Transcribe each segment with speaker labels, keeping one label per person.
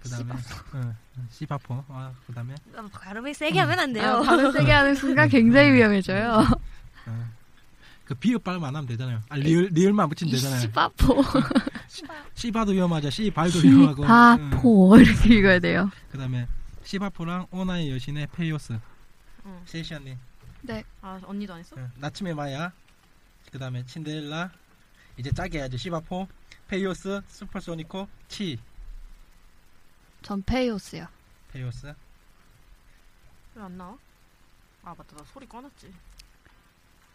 Speaker 1: 그다음에 어, 응, 응, 시바포 아, 그다음에
Speaker 2: 발음을 세게 하면 안 돼요.
Speaker 3: 아, 발음 세게 하는 순간 굉장히 위험해져요.
Speaker 1: 응. 그 비읍 발음 안 하면 되잖아요. 아, 리을 리을만 붙이면 되잖아요.
Speaker 3: 시바포.
Speaker 1: 시바도 위험하죠. 시발도 위험하고. 응.
Speaker 3: 시바포 이렇게 읽어야 돼요.
Speaker 1: 그다음에 시바포랑 오나의 여신의 페이오스.
Speaker 2: 응.
Speaker 1: 세시 언니.
Speaker 3: 네.
Speaker 2: 아 언니도 안 했어?
Speaker 1: 응. 나침의 마야. 그다음에 친데렐라. 이제 짜게 해야죠. 시바포, 페이오스, 슈퍼소니코, 치.
Speaker 3: 전 페이오스요.
Speaker 1: 페이오스.
Speaker 2: 왜 안 나와? 아 맞다 나 소리 꺼놨지.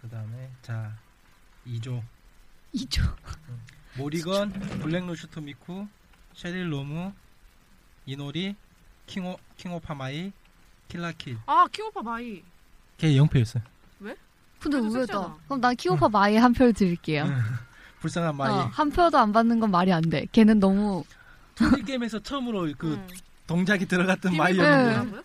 Speaker 1: 그다음에 자 2조.
Speaker 3: 이죠.
Speaker 1: 모리건, 블랙루슈트 미쿠, 셰릴 로무, 이노리, 킹오 킹오파마이, 킬라킬.
Speaker 2: 아 킹오빠 마이.
Speaker 1: 걔 영표였어.
Speaker 3: 근데
Speaker 2: 그래도
Speaker 3: 우회다.
Speaker 2: 섹시하다.
Speaker 3: 그럼 난 키오파 마이에 한 표를 드릴게요.
Speaker 1: 응. 불쌍한 마이.
Speaker 3: 어, 한 표도 안 받는 건 말이 안 돼. 걔는 너무
Speaker 1: 토니 게임에서 처음으로 그
Speaker 2: 응.
Speaker 1: 동작이 들어갔던
Speaker 3: 네.
Speaker 1: 마이였는데.
Speaker 2: 뭐라고요?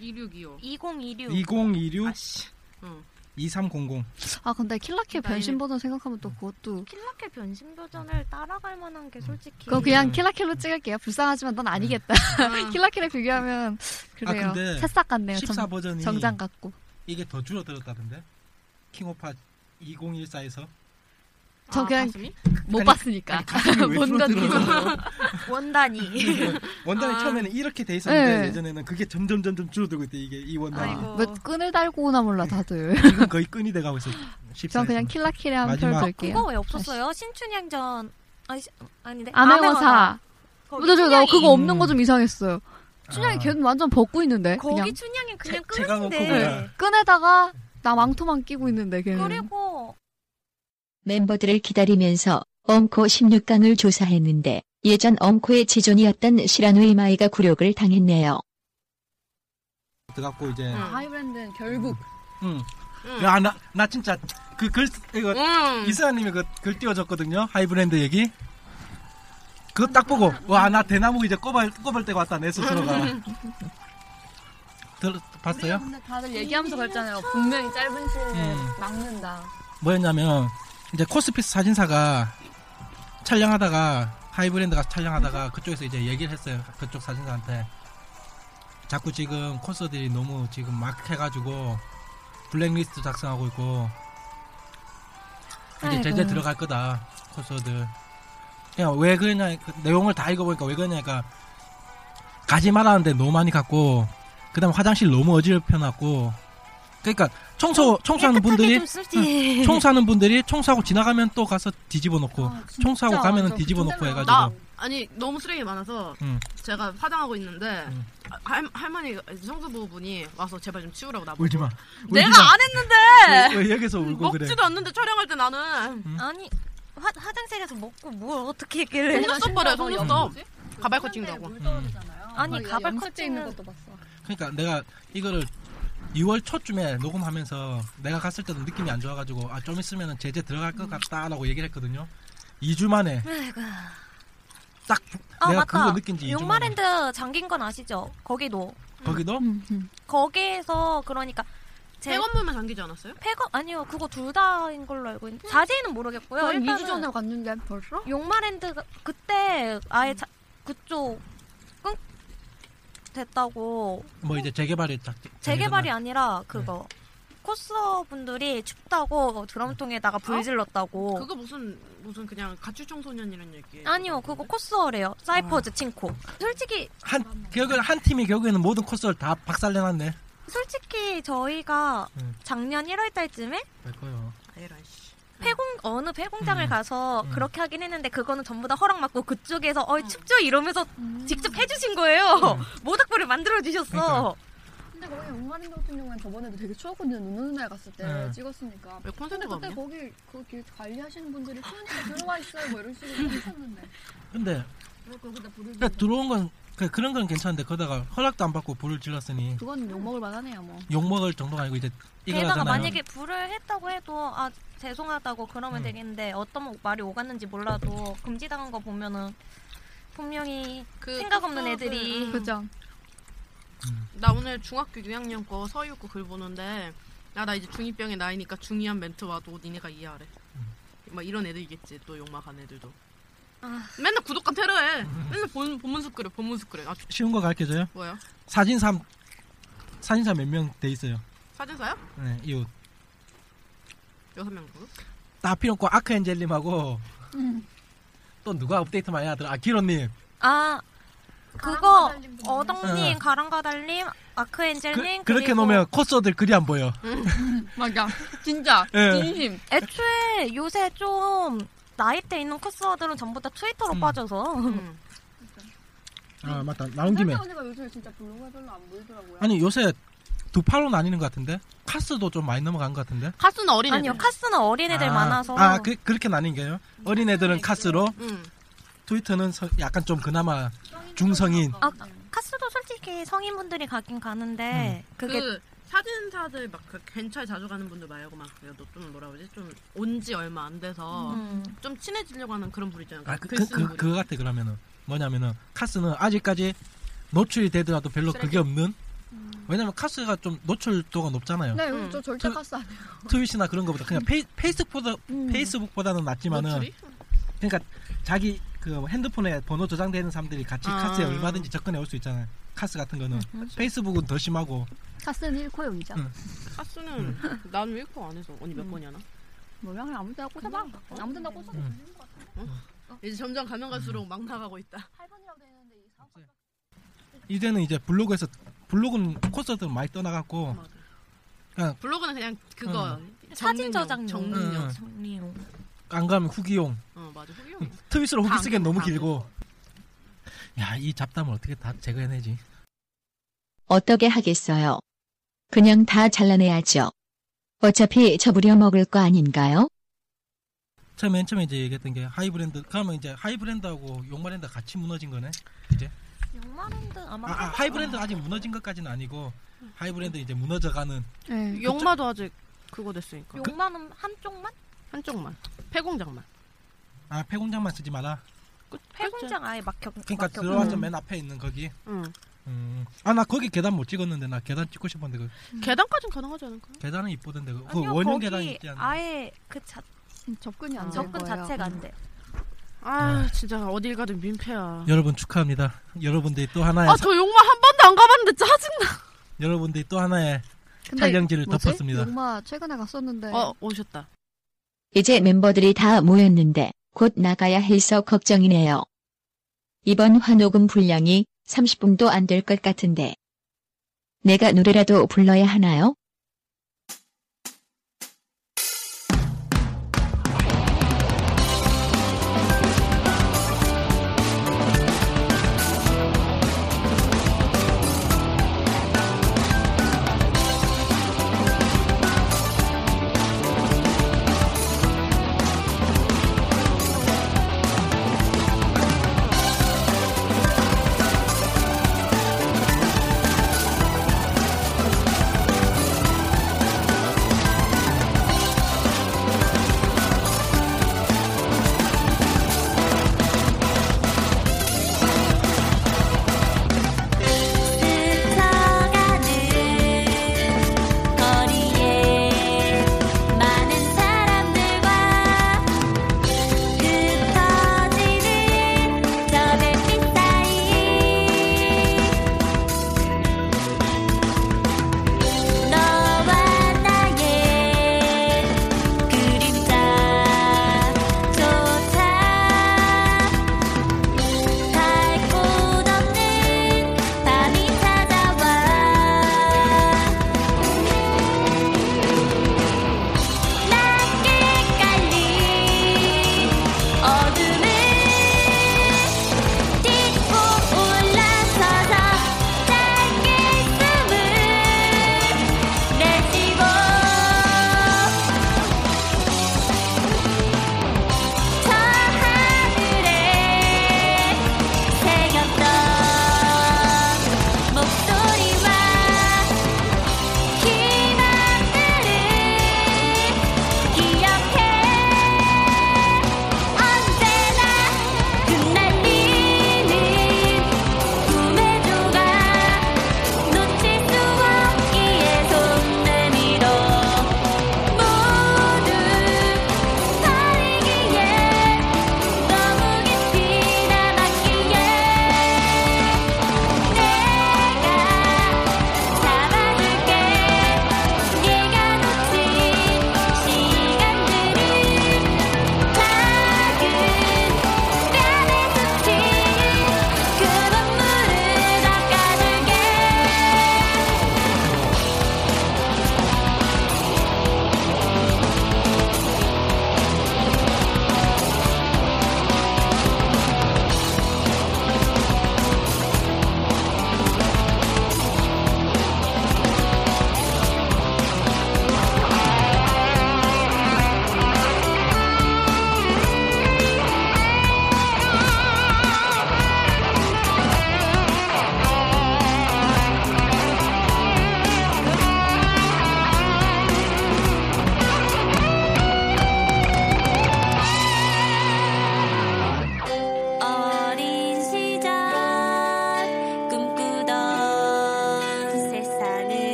Speaker 4: 2625.
Speaker 2: 2026.
Speaker 1: 2026,
Speaker 2: 아씨.
Speaker 3: 음.
Speaker 2: 응.
Speaker 1: 2300.
Speaker 3: 아 근데 킬라킬
Speaker 2: 나이는-
Speaker 3: 변신 버전 생각하면 또 그것도
Speaker 2: 킬라켈 변신 버전을 따라갈 만한 게 솔직히.
Speaker 3: 그거 그냥 킬라킬로 찍을게요. 불쌍하지만 넌 아니겠다. 킬라킬에 비교하면 그래요.
Speaker 1: 아, 근데
Speaker 3: 새싹 같네요.
Speaker 1: 14
Speaker 3: 정,
Speaker 1: 버전이
Speaker 3: 정장 같고.
Speaker 1: 이게 더 줄어들었다던데. 킹오파 2014에서
Speaker 4: 아,
Speaker 3: 저 그냥-
Speaker 1: 네.
Speaker 2: 가슴이?
Speaker 3: 못
Speaker 1: 아니,
Speaker 3: 봤으니까. 본건 기준으로.
Speaker 2: 음. 원단이.
Speaker 1: 원단이
Speaker 2: 아.
Speaker 1: 처음에는 이렇게 돼 있었는데
Speaker 3: 네.
Speaker 1: 예전에는 그게 점점 점점 줄어들고 있대 이게 이 원단이
Speaker 2: 아이고.
Speaker 3: 뭐 끈을 달고 오나 몰라 다들.
Speaker 1: 지금 거의 끈이 돼가고 있어.
Speaker 3: 전 그냥 킬라킬에 한 표를
Speaker 1: 마지막.
Speaker 3: 들게요.
Speaker 2: 아, 그거 왜 없었어요? 신춘향전. 아니 시- 아닌데.
Speaker 3: 암행어사.
Speaker 2: 거기
Speaker 3: 저, 저, 나
Speaker 2: 춘향이-
Speaker 3: 그거 없는 거
Speaker 1: 음.
Speaker 3: 좀 이상했어요. 춘향이
Speaker 1: 아.
Speaker 3: 걔는 완전 벗고 있는데. 그냥
Speaker 2: 거기 춘향이 그냥
Speaker 1: 제- 제가
Speaker 2: 끄는데.
Speaker 1: 놓고
Speaker 3: 네.
Speaker 1: 그냥-
Speaker 3: 끈에다가 나 망토만 끼고 있는데 걔는.
Speaker 2: 그리고
Speaker 5: 멤버들을 기다리면서 엄코 16강을 조사했는데 예전 엄코의 지존이었던 시라노이 마이가 굴욕을 당했네요.
Speaker 1: 들어갔고
Speaker 3: 음.
Speaker 1: 이제
Speaker 2: 응.
Speaker 3: 하이브랜드는 결국
Speaker 1: 응.
Speaker 2: 응.
Speaker 1: 야, 나, 나 진짜 그 글, 이거
Speaker 2: 음.
Speaker 1: 이수아님이 그 글 띄워줬거든요. 하이브랜드 얘기. 그거 딱 보고, 와, 나 대나무 이제 꼬발, 꼬발 때가 왔다, 내 스스로가. 들, 봤어요?
Speaker 3: 근데 다들 얘기하면서 그랬잖아요. 분명히 짧은 시일 에
Speaker 1: 음.
Speaker 3: 막는다.
Speaker 1: 뭐였냐면, 이제 코스피스 사진사가 촬영하다가, 하이브랜드가
Speaker 3: 음.
Speaker 1: 촬영하다가 그쪽에서 이제 얘기를 했어요. 그쪽 사진사한테. 자꾸 지금 콘서들이 너무 지금 막 해가지고, 블랙리스트 작성하고 있고, 이제 제재
Speaker 3: 아이고.
Speaker 1: 들어갈 거다 콘서트 그냥 왜 그러냐 그 내용을 다 읽어보니까 왜 그러냐니까 가지 말았는데 너무 많이 갔고 그다음 화장실 너무 어지럽혀놨고 그러니까 청소 청소하는 분들이 아,
Speaker 2: 지
Speaker 1: 청소하는 분들이 청소하고 지나가면 또 가서 뒤집어 놓고 청소하고 가면은 뒤집어 놓고 해가지고
Speaker 4: 나 아니 너무 쓰레기 많아서
Speaker 1: 응.
Speaker 4: 제가 화장하고 있는데
Speaker 1: 응.
Speaker 4: 아, 할 할머니 청소부분이 와서 제발 좀 치우라고 나보고
Speaker 1: 울지마
Speaker 4: 내가 안 했는데
Speaker 1: 왜, 왜 여기서 울고
Speaker 4: 먹지도
Speaker 1: 그래
Speaker 4: 않는데 촬영할 때 나는
Speaker 2: 아니 화, 화장실에서 먹고 뭘 어떻게 했길래
Speaker 4: 속눈썹 버려 속눈썹 그 가발 커팅다고
Speaker 1: 음.
Speaker 2: 아니 가발 커팅은
Speaker 3: 봤어.
Speaker 1: 그러니까 내가 이거를 6월 초쯤에 녹음하면서 내가 갔을 때도 느낌이 안 좋아가지고 아 좀 있으면 제재 들어갈 것 같다라고 얘기를 했거든요. 2주 만에 딱
Speaker 2: 아
Speaker 1: 내가
Speaker 2: 맞다
Speaker 1: 그거 느낀 지 2주 만에
Speaker 2: 용마랜드 잠긴 건 아시죠? 거기도
Speaker 1: 거기도
Speaker 3: 음, 음.
Speaker 2: 거기에서 그러니까 제
Speaker 4: 해건물만 잠기지 않았어요?
Speaker 2: 폐거 아니요 그거 둘 다인 걸로 알고 있는데 자세히는 모르겠고요
Speaker 3: 난 2주
Speaker 2: 일단은
Speaker 3: 전에 갔는데 벌써?
Speaker 2: 용마랜드 가 그때 아예 자, 그쪽 끊 됐다고
Speaker 1: 뭐 이제 재개발이 딱
Speaker 2: 재개발이 아니라 그거 코스어 분들이 춥다고 드럼통에다가 불
Speaker 4: 어?
Speaker 2: 질렀다고
Speaker 4: 그거 무슨 무슨 그냥 가출 청소년이라는 얘기
Speaker 2: 아니요, 그거 코스어래요. 사이퍼즈 칭코. 솔직히
Speaker 1: 한 결국엔 한 팀이 결국에는 모든 코스를 다 박살내놨네.
Speaker 2: 솔직히 저희가
Speaker 1: 음.
Speaker 2: 작년 1월 달쯤에
Speaker 1: 될 거요.
Speaker 4: 에라씨
Speaker 2: 폐공 어느 폐공장을
Speaker 1: 음.
Speaker 2: 가서
Speaker 1: 음.
Speaker 2: 그렇게 하긴 했는데 그거는 전부 다 허락 받고 그쪽에서 어이 춥죠 이러면서
Speaker 6: 음.
Speaker 2: 직접 해주신 거예요.
Speaker 1: 음.
Speaker 2: 모닥불을 만들어
Speaker 1: 그러니까
Speaker 2: 주셨어.
Speaker 3: 근데 거기 옥마린 같은 경우는 저번에도 되게 추웠거든요. 눈 오는 날 갔을 때
Speaker 1: 네.
Speaker 3: 찍었으니까.
Speaker 4: 왜
Speaker 3: 근데
Speaker 4: 콘센트가
Speaker 3: 그때
Speaker 4: 없냐?
Speaker 3: 거기 거기 관리하시는 분들이 추우니까 들어와 있어요. 뭐 이런 식으로 하셨는데.
Speaker 1: 근데
Speaker 3: 그거 그때 불을
Speaker 1: 그냥 들어온 건 그- 그런 건 괜찮은데 거다가 허락도 안 받고 불을 질렀으니
Speaker 3: 그건 욕 먹을 만하네요. 뭐.
Speaker 1: 욕 먹을 정도가 아니고 이제
Speaker 2: 게다가
Speaker 1: 이거잖아요.
Speaker 2: 만약에 불을 했다고 해도 아 죄송하다고 그러면
Speaker 1: 음.
Speaker 2: 되겠는데 어떤 말이 오갔는지 몰라도 금지당한 거 보면은 분명히
Speaker 4: 그
Speaker 2: 생각 없는
Speaker 4: 코스업을-
Speaker 2: 애들이
Speaker 4: 음.
Speaker 6: 그죠?
Speaker 4: 나 오늘 중학교 6학년 거 서유고 글 보는데 아, 나 이제 중2병의 나이니까 중이한 멘트 와도 니네가 이해하래
Speaker 1: 음.
Speaker 4: 막 이런 애들이겠지 또 욕망한 애들도
Speaker 2: 아.
Speaker 4: 맨날 구독과 테러해 맨날 본, 본문수 그래 본문수 그래 아 주-
Speaker 1: 쉬운 거 가르쳐줘요.
Speaker 4: 뭐야
Speaker 1: 사진사 사진사 몇 명 돼 있어요.
Speaker 4: 사진사야?
Speaker 1: 네, 이웃
Speaker 4: 여섯 명 정도?
Speaker 1: 다 필요 없고 아크엔젤님하고
Speaker 2: 음.
Speaker 1: 또 누가 업데이트 많이 하더라. 아 기로님
Speaker 2: 아 그거
Speaker 3: 달린 분들.
Speaker 2: 어덕님,
Speaker 1: 어.
Speaker 2: 가랑가달님, 아크엔젤님
Speaker 1: 그, 렇게
Speaker 2: 네, 그리고 음.
Speaker 1: 놓으면 코스들 글이 안 보여.
Speaker 3: 막야 진짜
Speaker 1: 예.
Speaker 3: 진심.
Speaker 2: 애초에 요새 좀 나이대 있는 코스어들은 전부 다 트위터로
Speaker 1: 음.
Speaker 2: 빠져서
Speaker 4: 응
Speaker 1: 아 맞다 나온
Speaker 3: 김
Speaker 1: 김에
Speaker 3: 언니가 요즘 진짜 블로그에 별로 안 보이더라고요.
Speaker 1: 아니 요새 두 팔로 나뉘는 것 같은데 카스도 좀 많이 넘어간 것 같은데.
Speaker 4: 카수는 어린 애들
Speaker 2: 아니요 카스는 어린애들
Speaker 1: 아,
Speaker 2: 많아서 네,
Speaker 1: 아 그, 그렇게 나뉜 게요. 어린 애들은 카스로
Speaker 2: 음.
Speaker 4: 응
Speaker 1: 트위터는 서- 약간 좀 그나마 중성인.
Speaker 2: 아, 카스도 솔직히 성인분들이 가긴 가는데
Speaker 1: 음.
Speaker 2: 그게
Speaker 4: 그 사진사들 막 그 괜찮 자주 가는 분들 말고 막 그래도 좀 뭐라 그러지 좀 온 지 얼마 안 돼서
Speaker 2: 음.
Speaker 4: 좀 친해지려고 하는 그런 분 있잖아요.
Speaker 1: 아, 그,
Speaker 4: 글
Speaker 1: 그,
Speaker 4: 쓰는
Speaker 1: 그,
Speaker 4: 분.
Speaker 1: 그거 같아, 그러면은. 뭐냐면은, 카스는 아직까지 노출이 되더라도 별로
Speaker 4: 쓰레기.
Speaker 1: 그게 없는?
Speaker 2: 음.
Speaker 1: 왜냐면 카스가 좀 노출도가 높잖아요.
Speaker 3: 네,
Speaker 4: 음.
Speaker 3: 저 절대
Speaker 1: 저-
Speaker 3: 카스 안 해요.
Speaker 1: 트윗이나 그런 거보다 그냥 페이, 페이스북보다,
Speaker 3: 음.
Speaker 1: 페이스북보다는 낫지만은,
Speaker 4: 노출이?
Speaker 1: 그러니까 자기 그 핸드폰에 번호 저장되어 있는 사람들이 같이
Speaker 4: 아. 음,
Speaker 1: 카스에 얼마든지 접근해 올 수 있잖아요. 카스 같은 거는. 페이스북은 더 심하고,
Speaker 3: 카스는 1코 용이죠.
Speaker 1: 음.
Speaker 4: 카수는 난 웨이커 안 해서 언니 몇 번이야 나?
Speaker 3: 뭐야 그냥 아무 데나 꽂아봐. 아무 데나 꽂아도
Speaker 1: 음.
Speaker 3: 되는 것 같아.
Speaker 4: 이제 점점 가면 갈수록 막 나가고 있다.
Speaker 3: 8번이라고 되어 있는데 이 사업
Speaker 1: 이제는 이제 블로그에서, 블로그는 콘서트를 많이 떠나갔고, 아.
Speaker 4: 블로그는 그냥 그거 정리용,
Speaker 2: 사진 저장용
Speaker 4: 정리용.
Speaker 1: 응.
Speaker 2: 정리용
Speaker 1: 안 가면 후기용.
Speaker 4: 어 맞아 후기용.
Speaker 1: 트윗으로 후기
Speaker 4: 당,
Speaker 1: 쓰기엔 너무
Speaker 4: 당.
Speaker 1: 길고. 야, 이 잡담을 어떻게 다 제거해내지?
Speaker 5: 어떻게 하겠어요? 그냥 다 잘라내야죠. 어차피 저부려 먹을 거 아닌가요?
Speaker 1: 처음에 맨 처음에 이제 얘기했던 게 하이브랜드 그러면 이제 하이브랜드하고 용마랜드 가 같이 무너진 거네.
Speaker 2: 영마랜드 아마
Speaker 1: 아, 아, 하이브랜드 아직 무너진 것까지는 아니고 하이브랜드 이제 무너져가는
Speaker 6: 네.
Speaker 4: 용마도 아직 그거 됐으니까
Speaker 2: 용마는 한쪽만?
Speaker 4: 한쪽만 폐공장만.
Speaker 1: 아 폐공장만 쓰지 마라.
Speaker 4: 끝.
Speaker 2: 폐공장 아예 막혀
Speaker 1: 그러니까
Speaker 2: 막혀-
Speaker 1: 들어와서
Speaker 2: 음.
Speaker 1: 맨 앞에 있는 거기.
Speaker 4: 응.
Speaker 1: 음. 아나 거기 계단 못 찍었는데 나 계단 찍고 싶었는데 그
Speaker 4: 계단까진 가능하지 않을까?
Speaker 1: 계단은 이쁘던데 그, 그
Speaker 2: 아니요,
Speaker 1: 원형
Speaker 2: 거기
Speaker 1: 계단 있지 않나?
Speaker 2: 아예 그 자,
Speaker 3: 접근이 안
Speaker 4: 아.
Speaker 3: 될
Speaker 2: 접근
Speaker 3: 거예요.
Speaker 2: 자체가 안 돼.
Speaker 4: 아 진짜 어딜 가든 민폐야.
Speaker 1: 여러분 축하합니다. 여러분들이 또 하나의
Speaker 4: 아 저 용마 한 번도 안 가봤는데 짜증나.
Speaker 1: 여러분들이 또 하나의
Speaker 6: 근데
Speaker 1: 촬영지를
Speaker 6: 뭐지?
Speaker 1: 덮었습니다.
Speaker 3: 음.
Speaker 6: 용마 최근에 갔었는데
Speaker 3: 네.
Speaker 4: 어 오셨다.
Speaker 5: 이제 멤버들이 다 모였는데 곧 나가야 해서 걱정이네요. 이번 환호금 분량이 30분도 안 될 것 같은데. 내가 노래라도 불러야 하나요?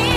Speaker 2: 그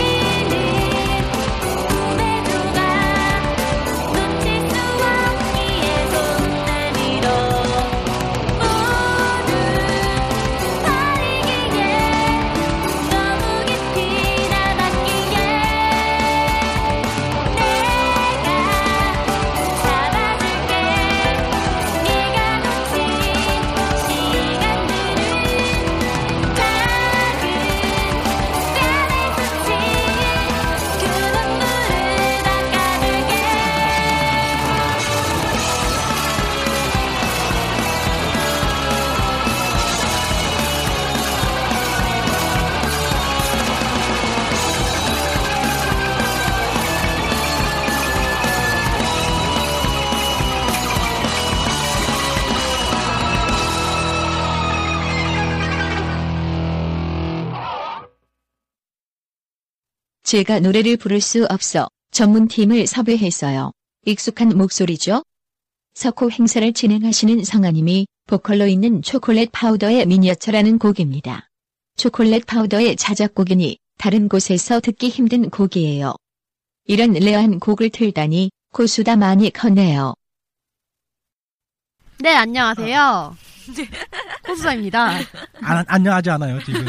Speaker 5: 제가 노래를 부를 수 없어 전문팀을 섭외했어요. 익숙한 목소리죠? 석호 행사를 진행하시는 성아님이 보컬로 있는 초콜릿 파우더의 미니어처라는 곡입니다. 초콜릿 파우더의 자작곡이니 다른 곳에서 듣기 힘든 곡이에요. 이런 레어한 곡을 틀다니 고수다 많이 컸네요.
Speaker 3: 네,
Speaker 4: 어.
Speaker 3: 안녕하세요. 코수사입니다.
Speaker 4: 네.
Speaker 1: 안, 안녕하지 않아요 지금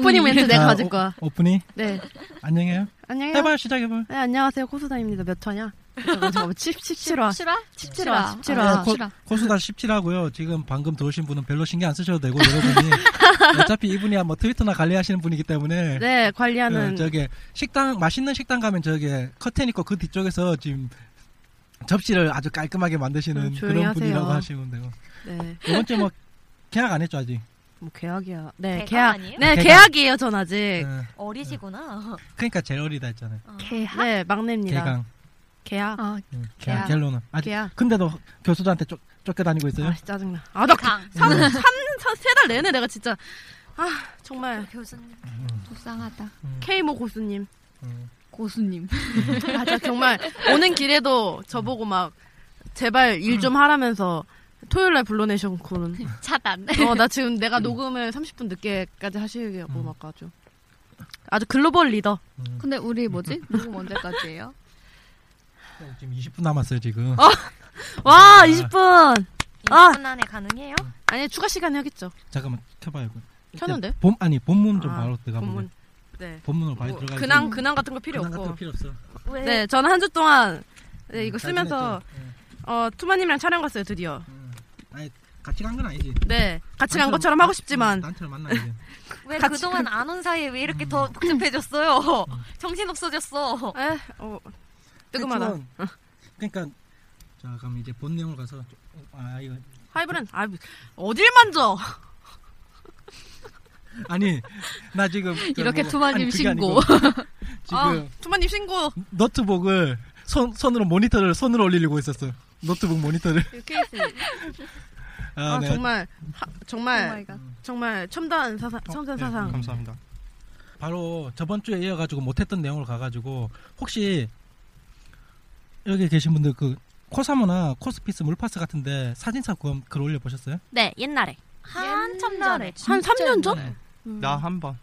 Speaker 3: 오프닝 멘트 내가
Speaker 1: 아,
Speaker 3: 가질 거야.
Speaker 1: 오프닝
Speaker 3: 네.
Speaker 1: 안녕해요
Speaker 4: 어, 안녕해요.
Speaker 1: 해봐요 시작해봐요
Speaker 4: 네, 안녕하세요. 코수다입니다. 몇 화냐? 잠깐만,
Speaker 3: 아.
Speaker 4: 잠깐만. 17화.
Speaker 3: 칩치라? 칩치라.
Speaker 4: 칩치라.
Speaker 3: 아,
Speaker 1: 코, 코수다 17하고요 지금 방금 들어오신 분은 별로 신경 안 쓰셔도 되고 여러분이 어차피 이분이 뭐 트위터나 관리하시는 분이기 때문에
Speaker 4: 네,
Speaker 1: 어,
Speaker 4: 관리하는.
Speaker 1: 저게 식당 맛있는 식당 가면 저게 커튼 있고 그 뒤쪽에서 지금 접시를 아주 깔끔하게 만드시는
Speaker 4: 음, 조용히
Speaker 1: 그런 분이라고
Speaker 4: 하세요.
Speaker 1: 하시면 되고
Speaker 4: 네,
Speaker 1: 이번 주에 뭐 계약 안 했죠 아직
Speaker 4: 뭐 계약이야. 네,
Speaker 7: 개강
Speaker 4: 계약.
Speaker 7: 아니에요?
Speaker 4: 네,
Speaker 1: 개강.
Speaker 4: 계약이에요, 전 아직.
Speaker 1: 어,
Speaker 7: 어리시구나.
Speaker 1: 그러니까 제일 어리다 했잖아요
Speaker 3: 개학?
Speaker 4: 네, 막내입니다.
Speaker 1: 개강
Speaker 4: 계약.
Speaker 3: 아,
Speaker 1: 음,
Speaker 3: 계약.
Speaker 1: 계약 결론은 아직
Speaker 4: 계약.
Speaker 1: 근데도 교수들한테 쫓, 쫓겨다니고 있어요
Speaker 4: 아, 씨, 짜증나. 아, 나
Speaker 7: 강.
Speaker 4: 3, 3, 세달 내내 내가 진짜. 아, 정말.
Speaker 7: 교수님.
Speaker 3: 불쌍하다.
Speaker 4: K모 고수님.
Speaker 1: 음.
Speaker 3: 고수님.
Speaker 4: 맞아, 정말. 오는 길에도 저보고 막, 제발 일 좀 하라면서 토요일 날 불러내셨고는.
Speaker 3: 차단.
Speaker 4: 어, 나 지금 내가 녹음을 30분 늦게까지 하시려고
Speaker 1: 음.
Speaker 4: 막 아주. 아주 글로벌 리더.
Speaker 1: 음.
Speaker 3: 근데 우리 뭐지? 녹음 언제까지예요?
Speaker 1: 지금 20분 남았어요 지금
Speaker 4: 와,
Speaker 1: 아.
Speaker 4: 20분! 아!
Speaker 7: 20분 안에 가능해요?
Speaker 4: 아니, 추가 시간이 하겠죠.
Speaker 1: 잠깐만 켜봐요 일단
Speaker 4: 켰는데?
Speaker 1: 본 아니 본문 좀
Speaker 4: 아,
Speaker 1: 바로 들어가
Speaker 4: 본문.
Speaker 1: 본문
Speaker 4: 네.
Speaker 1: 본문으로 바로
Speaker 4: 뭐,
Speaker 1: 들어가
Speaker 4: 근황, 근황 같은 거 필요
Speaker 1: 근황 같은
Speaker 4: 없고.
Speaker 1: 거 필요 없어
Speaker 7: 왜?
Speaker 4: 네, 저는 한 주 동안, 네, 이거
Speaker 1: 음, 잘
Speaker 4: 쓰면서,
Speaker 1: 지냈죠? 예.
Speaker 4: 어, 투마님이랑 촬영 갔어요, 드디어.
Speaker 1: 음. 아니 같이 간 건 아니지
Speaker 4: 네. 같이 간
Speaker 1: 단체로-
Speaker 4: 것처럼 하고 싶지만,
Speaker 1: 단체로 만나야지
Speaker 7: 왜
Speaker 4: 같이- 음.
Speaker 7: 그동안 안 온 사이에 왜 이렇게 더 복잡해졌어요? 정신 없어졌어.
Speaker 4: 에, 어, 뜨끔하다.
Speaker 1: 하여튼, 그러니까 자 그럼 이제 본 내용으로 가서 좀- 아 이거
Speaker 4: 하이브랜, 아, 어딜 만져!
Speaker 1: 아니 나 지금 저
Speaker 3: 이렇게
Speaker 1: 뭐고-
Speaker 3: 투마님
Speaker 1: 아니, 그게
Speaker 3: 신고.
Speaker 1: 아니고 지금 음?
Speaker 4: 아, 투마님 신고!
Speaker 1: 노트북을 손 손으로 모니터를 손으로 올리려고 했었어 노트북 모니터를
Speaker 4: 이 케이스.
Speaker 1: 아,
Speaker 4: 아,
Speaker 1: 내가-
Speaker 4: 정말, 하, 정말,
Speaker 3: 오마이갓.
Speaker 4: 정말, 첨단 사상,
Speaker 1: 어,
Speaker 4: 첨단
Speaker 1: 네,
Speaker 4: 사상.
Speaker 1: 감사합니다 바로 저번 주에 이어가지고 못했던 내용으로 가가지고 혹시 여기 계신 분들 그 코사모나 코스피스 물파스 같은데 사진사 구함 글 올려 보셨어요?
Speaker 7: 네, 옛날에. 한참 전에.
Speaker 4: 한 3년
Speaker 1: 네.
Speaker 4: 전?
Speaker 3: 음.
Speaker 8: 나 한 번.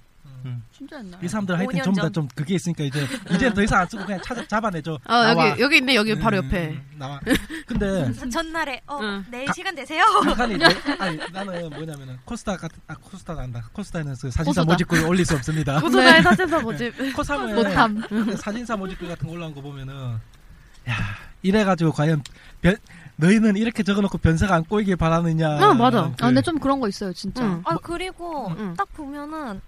Speaker 1: 음.
Speaker 9: 진짜 옛날.
Speaker 1: 이 사람들 하여튼
Speaker 7: 5년
Speaker 1: 전부
Speaker 7: 전.
Speaker 1: 다 좀 그게 있으니까 이제 이제 더 이상 안 쓰고 그냥 찾아 잡아내죠.
Speaker 4: 어,
Speaker 1: 나와.
Speaker 4: 여기, 여기 있네, 여기 바로
Speaker 1: 음,
Speaker 4: 옆에.
Speaker 1: 음, 나와. 근데
Speaker 7: 전날에 어
Speaker 4: 응.
Speaker 7: 내일
Speaker 1: 가-
Speaker 7: 시간 되세요?
Speaker 1: 약간이 내, 아니 나는 뭐냐면은 코스타 같은 아 코스타가 안다. 코스타에는 그 사진사
Speaker 4: 코스다.
Speaker 1: 모집글 올릴 수 없습니다.
Speaker 3: 네.
Speaker 4: 코소다의 사진사 모집.
Speaker 1: 코사무에
Speaker 3: 못함.
Speaker 1: 사진사 모집글 같은 거 올라온 거 보면은 야 이래 가지고 과연 변, 너희는 이렇게 적어놓고 변사가 안 꼬이길 바라느냐.
Speaker 4: 아, 맞아.
Speaker 1: 그-
Speaker 3: 아, 근데 좀 그런 거 있어요, 진짜.
Speaker 4: 응.
Speaker 7: 아 그리고
Speaker 4: 응.
Speaker 7: 딱 보면은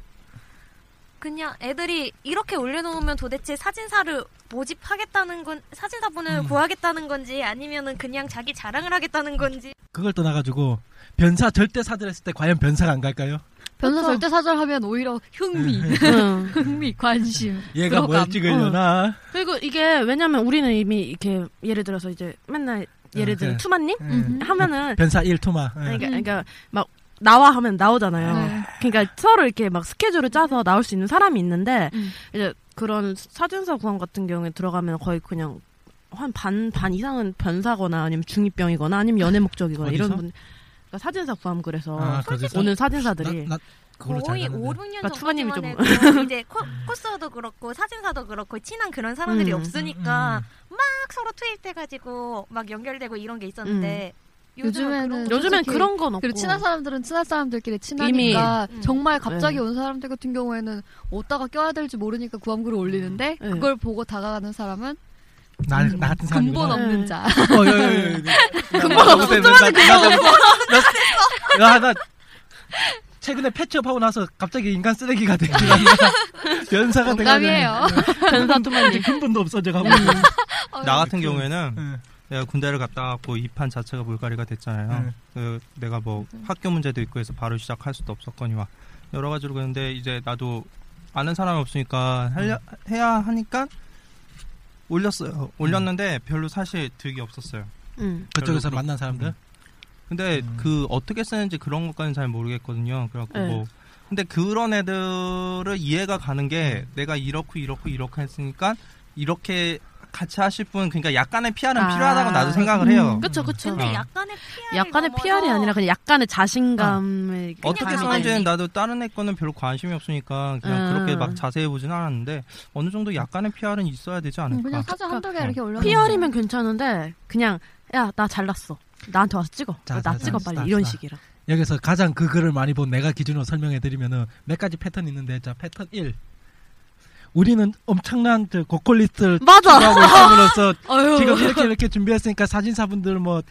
Speaker 7: 그냥 애들이 이렇게 올려놓으면 도대체 사진사를 모집하겠다는 건 사진사분을
Speaker 1: 음.
Speaker 7: 구하겠다는 건지 아니면은 그냥 자기 자랑을 하겠다는 건지
Speaker 1: 그걸 떠나가지고 변사 절대 사절했을 때 과연 변사가 안 갈까요?
Speaker 3: 변사
Speaker 4: 그쵸.
Speaker 3: 절대 사절하면 오히려 흥미,
Speaker 1: 음.
Speaker 3: 음.
Speaker 4: 응.
Speaker 3: 흥미, 관심.
Speaker 1: 얘가 뭘
Speaker 3: 들어감.
Speaker 1: 찍으려나.
Speaker 4: 그리고 이게 왜냐면 우리는 이미 이렇게 예를 들어서 이제 맨날 예를
Speaker 1: 아, 그래.
Speaker 4: 들어 투마님
Speaker 1: 예.
Speaker 4: 하면은
Speaker 1: 변사 1투마. 예.
Speaker 4: 그러니까,
Speaker 3: 음.
Speaker 4: 그러니까 막 나와 하면 나오잖아요.
Speaker 3: 네.
Speaker 4: 그러니까 서로 이렇게 막 스케줄을 짜서 나올 수 있는 사람이 있는데
Speaker 3: 음.
Speaker 4: 이제 그런 사진사 구함 같은 경우에 들어가면 거의 그냥 한 반 반 이상은 변사거나 아니면 중이병이거나 아니면 연애 목적이거나 이런
Speaker 1: 어디서?
Speaker 4: 분 그러니까 사진사 구함 그래서
Speaker 1: 아, 거기서?
Speaker 4: 오는 어, 사진사들이
Speaker 1: 나, 나 그걸로 잘
Speaker 7: 거의
Speaker 1: 가는데.
Speaker 7: 5, 6년
Speaker 4: 아, 투바님이
Speaker 7: 전까지만
Speaker 4: 좀-
Speaker 7: 해도 이제 코, 코스도 그렇고 사진사도 그렇고 친한 그런 사람들이
Speaker 4: 음.
Speaker 7: 없으니까
Speaker 1: 음,
Speaker 7: 막 서로 투입돼가지고 막 연결되고 이런 게 있었는데 요즘은 그런
Speaker 3: 요즘에는
Speaker 7: 거-
Speaker 4: 음. 요즘엔
Speaker 2: 그렇죠.
Speaker 3: 솔직히
Speaker 4: 아, 그런 건 없고
Speaker 3: 그리고 친한 사람들은 친한 사람들끼리 친하니까
Speaker 7: 이미-
Speaker 3: 정말 갑자기
Speaker 4: 네.
Speaker 3: 온 사람들 같은 경우에는 어디다가 껴야 될지 모르니까 구함글을 올리는데
Speaker 4: 네.
Speaker 3: 그걸 보고 다가가는 사람은
Speaker 1: 날- 나 같은 그 사람이
Speaker 3: 근본 없는
Speaker 4: 네.
Speaker 3: 자.
Speaker 1: 어, 예, 예, 예. 금방 없어. 어. 야, 나 최근에 패치업하고 나서 갑자기 인간 쓰레기가 되긴 한다. 연사가 돼가지고.
Speaker 3: 농담이에요.
Speaker 1: 변사 투만 이제 근본도 없어져가고.
Speaker 10: 나 같은 경우에는
Speaker 1: 예.
Speaker 10: 내가 군대를 갔다 왔고 입판 자체가 물갈이가 됐잖아요.
Speaker 1: 네.
Speaker 10: 그 내가 뭐 학교 문제도 있고 해서 바로 시작할 수도 없었거니와 여러 가지로 그런데 이제 나도 아는 사람이 없으니까 할려- 해야 하니까 올렸어요. 올렸는데 별로 사실 득이 없었어요.
Speaker 4: 음.
Speaker 1: 그쪽에서
Speaker 10: 별로
Speaker 1: 만난 사람들.
Speaker 10: 근데
Speaker 1: 음.
Speaker 10: 그 어떻게 쓰는지 그런 것까지는 잘 모르겠거든요. 그래갖고
Speaker 4: 네.
Speaker 10: 뭐 근데 그런 애들을 이해가 가는 게
Speaker 1: 음.
Speaker 10: 내가 이렇고 이렇고 이렇게 했으니까 이렇게 같이 하실 분 그러니까 약간의 PR은 필요하다고 나도 생각을 해요.
Speaker 4: 음. 그쵸 그쵸.
Speaker 1: 아.
Speaker 10: 근데 어.
Speaker 7: 약간의
Speaker 4: PR 약간의 PR이 아니라 그냥 약간의 자신감을
Speaker 10: 어떻게 쓰는지는 나도 다른 애 거는 별로 관심이 없으니까 그냥
Speaker 4: 음.
Speaker 10: 그렇게 막 자세히 보진 않았는데 어느 정도 약간의 PR은 있어야 되지 않을까.
Speaker 4: 그러니까
Speaker 10: 이렇게
Speaker 3: 올라가는
Speaker 4: PR이면 괜찮은데 그냥 야 나 잘났어. 나한테 와서 찍어.
Speaker 1: 자, 자,
Speaker 4: 나 찍어
Speaker 1: 자,
Speaker 4: 빨리
Speaker 1: 자,
Speaker 4: 이런
Speaker 1: 자.
Speaker 4: 식이라.
Speaker 1: 여기서 가장 그 글을 많이 본 내가 기준으로 설명해 드리면은 몇 가지 패턴이 있는데 자 패턴 1 우리는 엄청난 그 고퀄리스트를
Speaker 4: 맞아.
Speaker 1: 하고 있음으로써
Speaker 4: 어휴.
Speaker 1: 지금 이렇게 이렇게 준비했으니까 사진사분들 뭐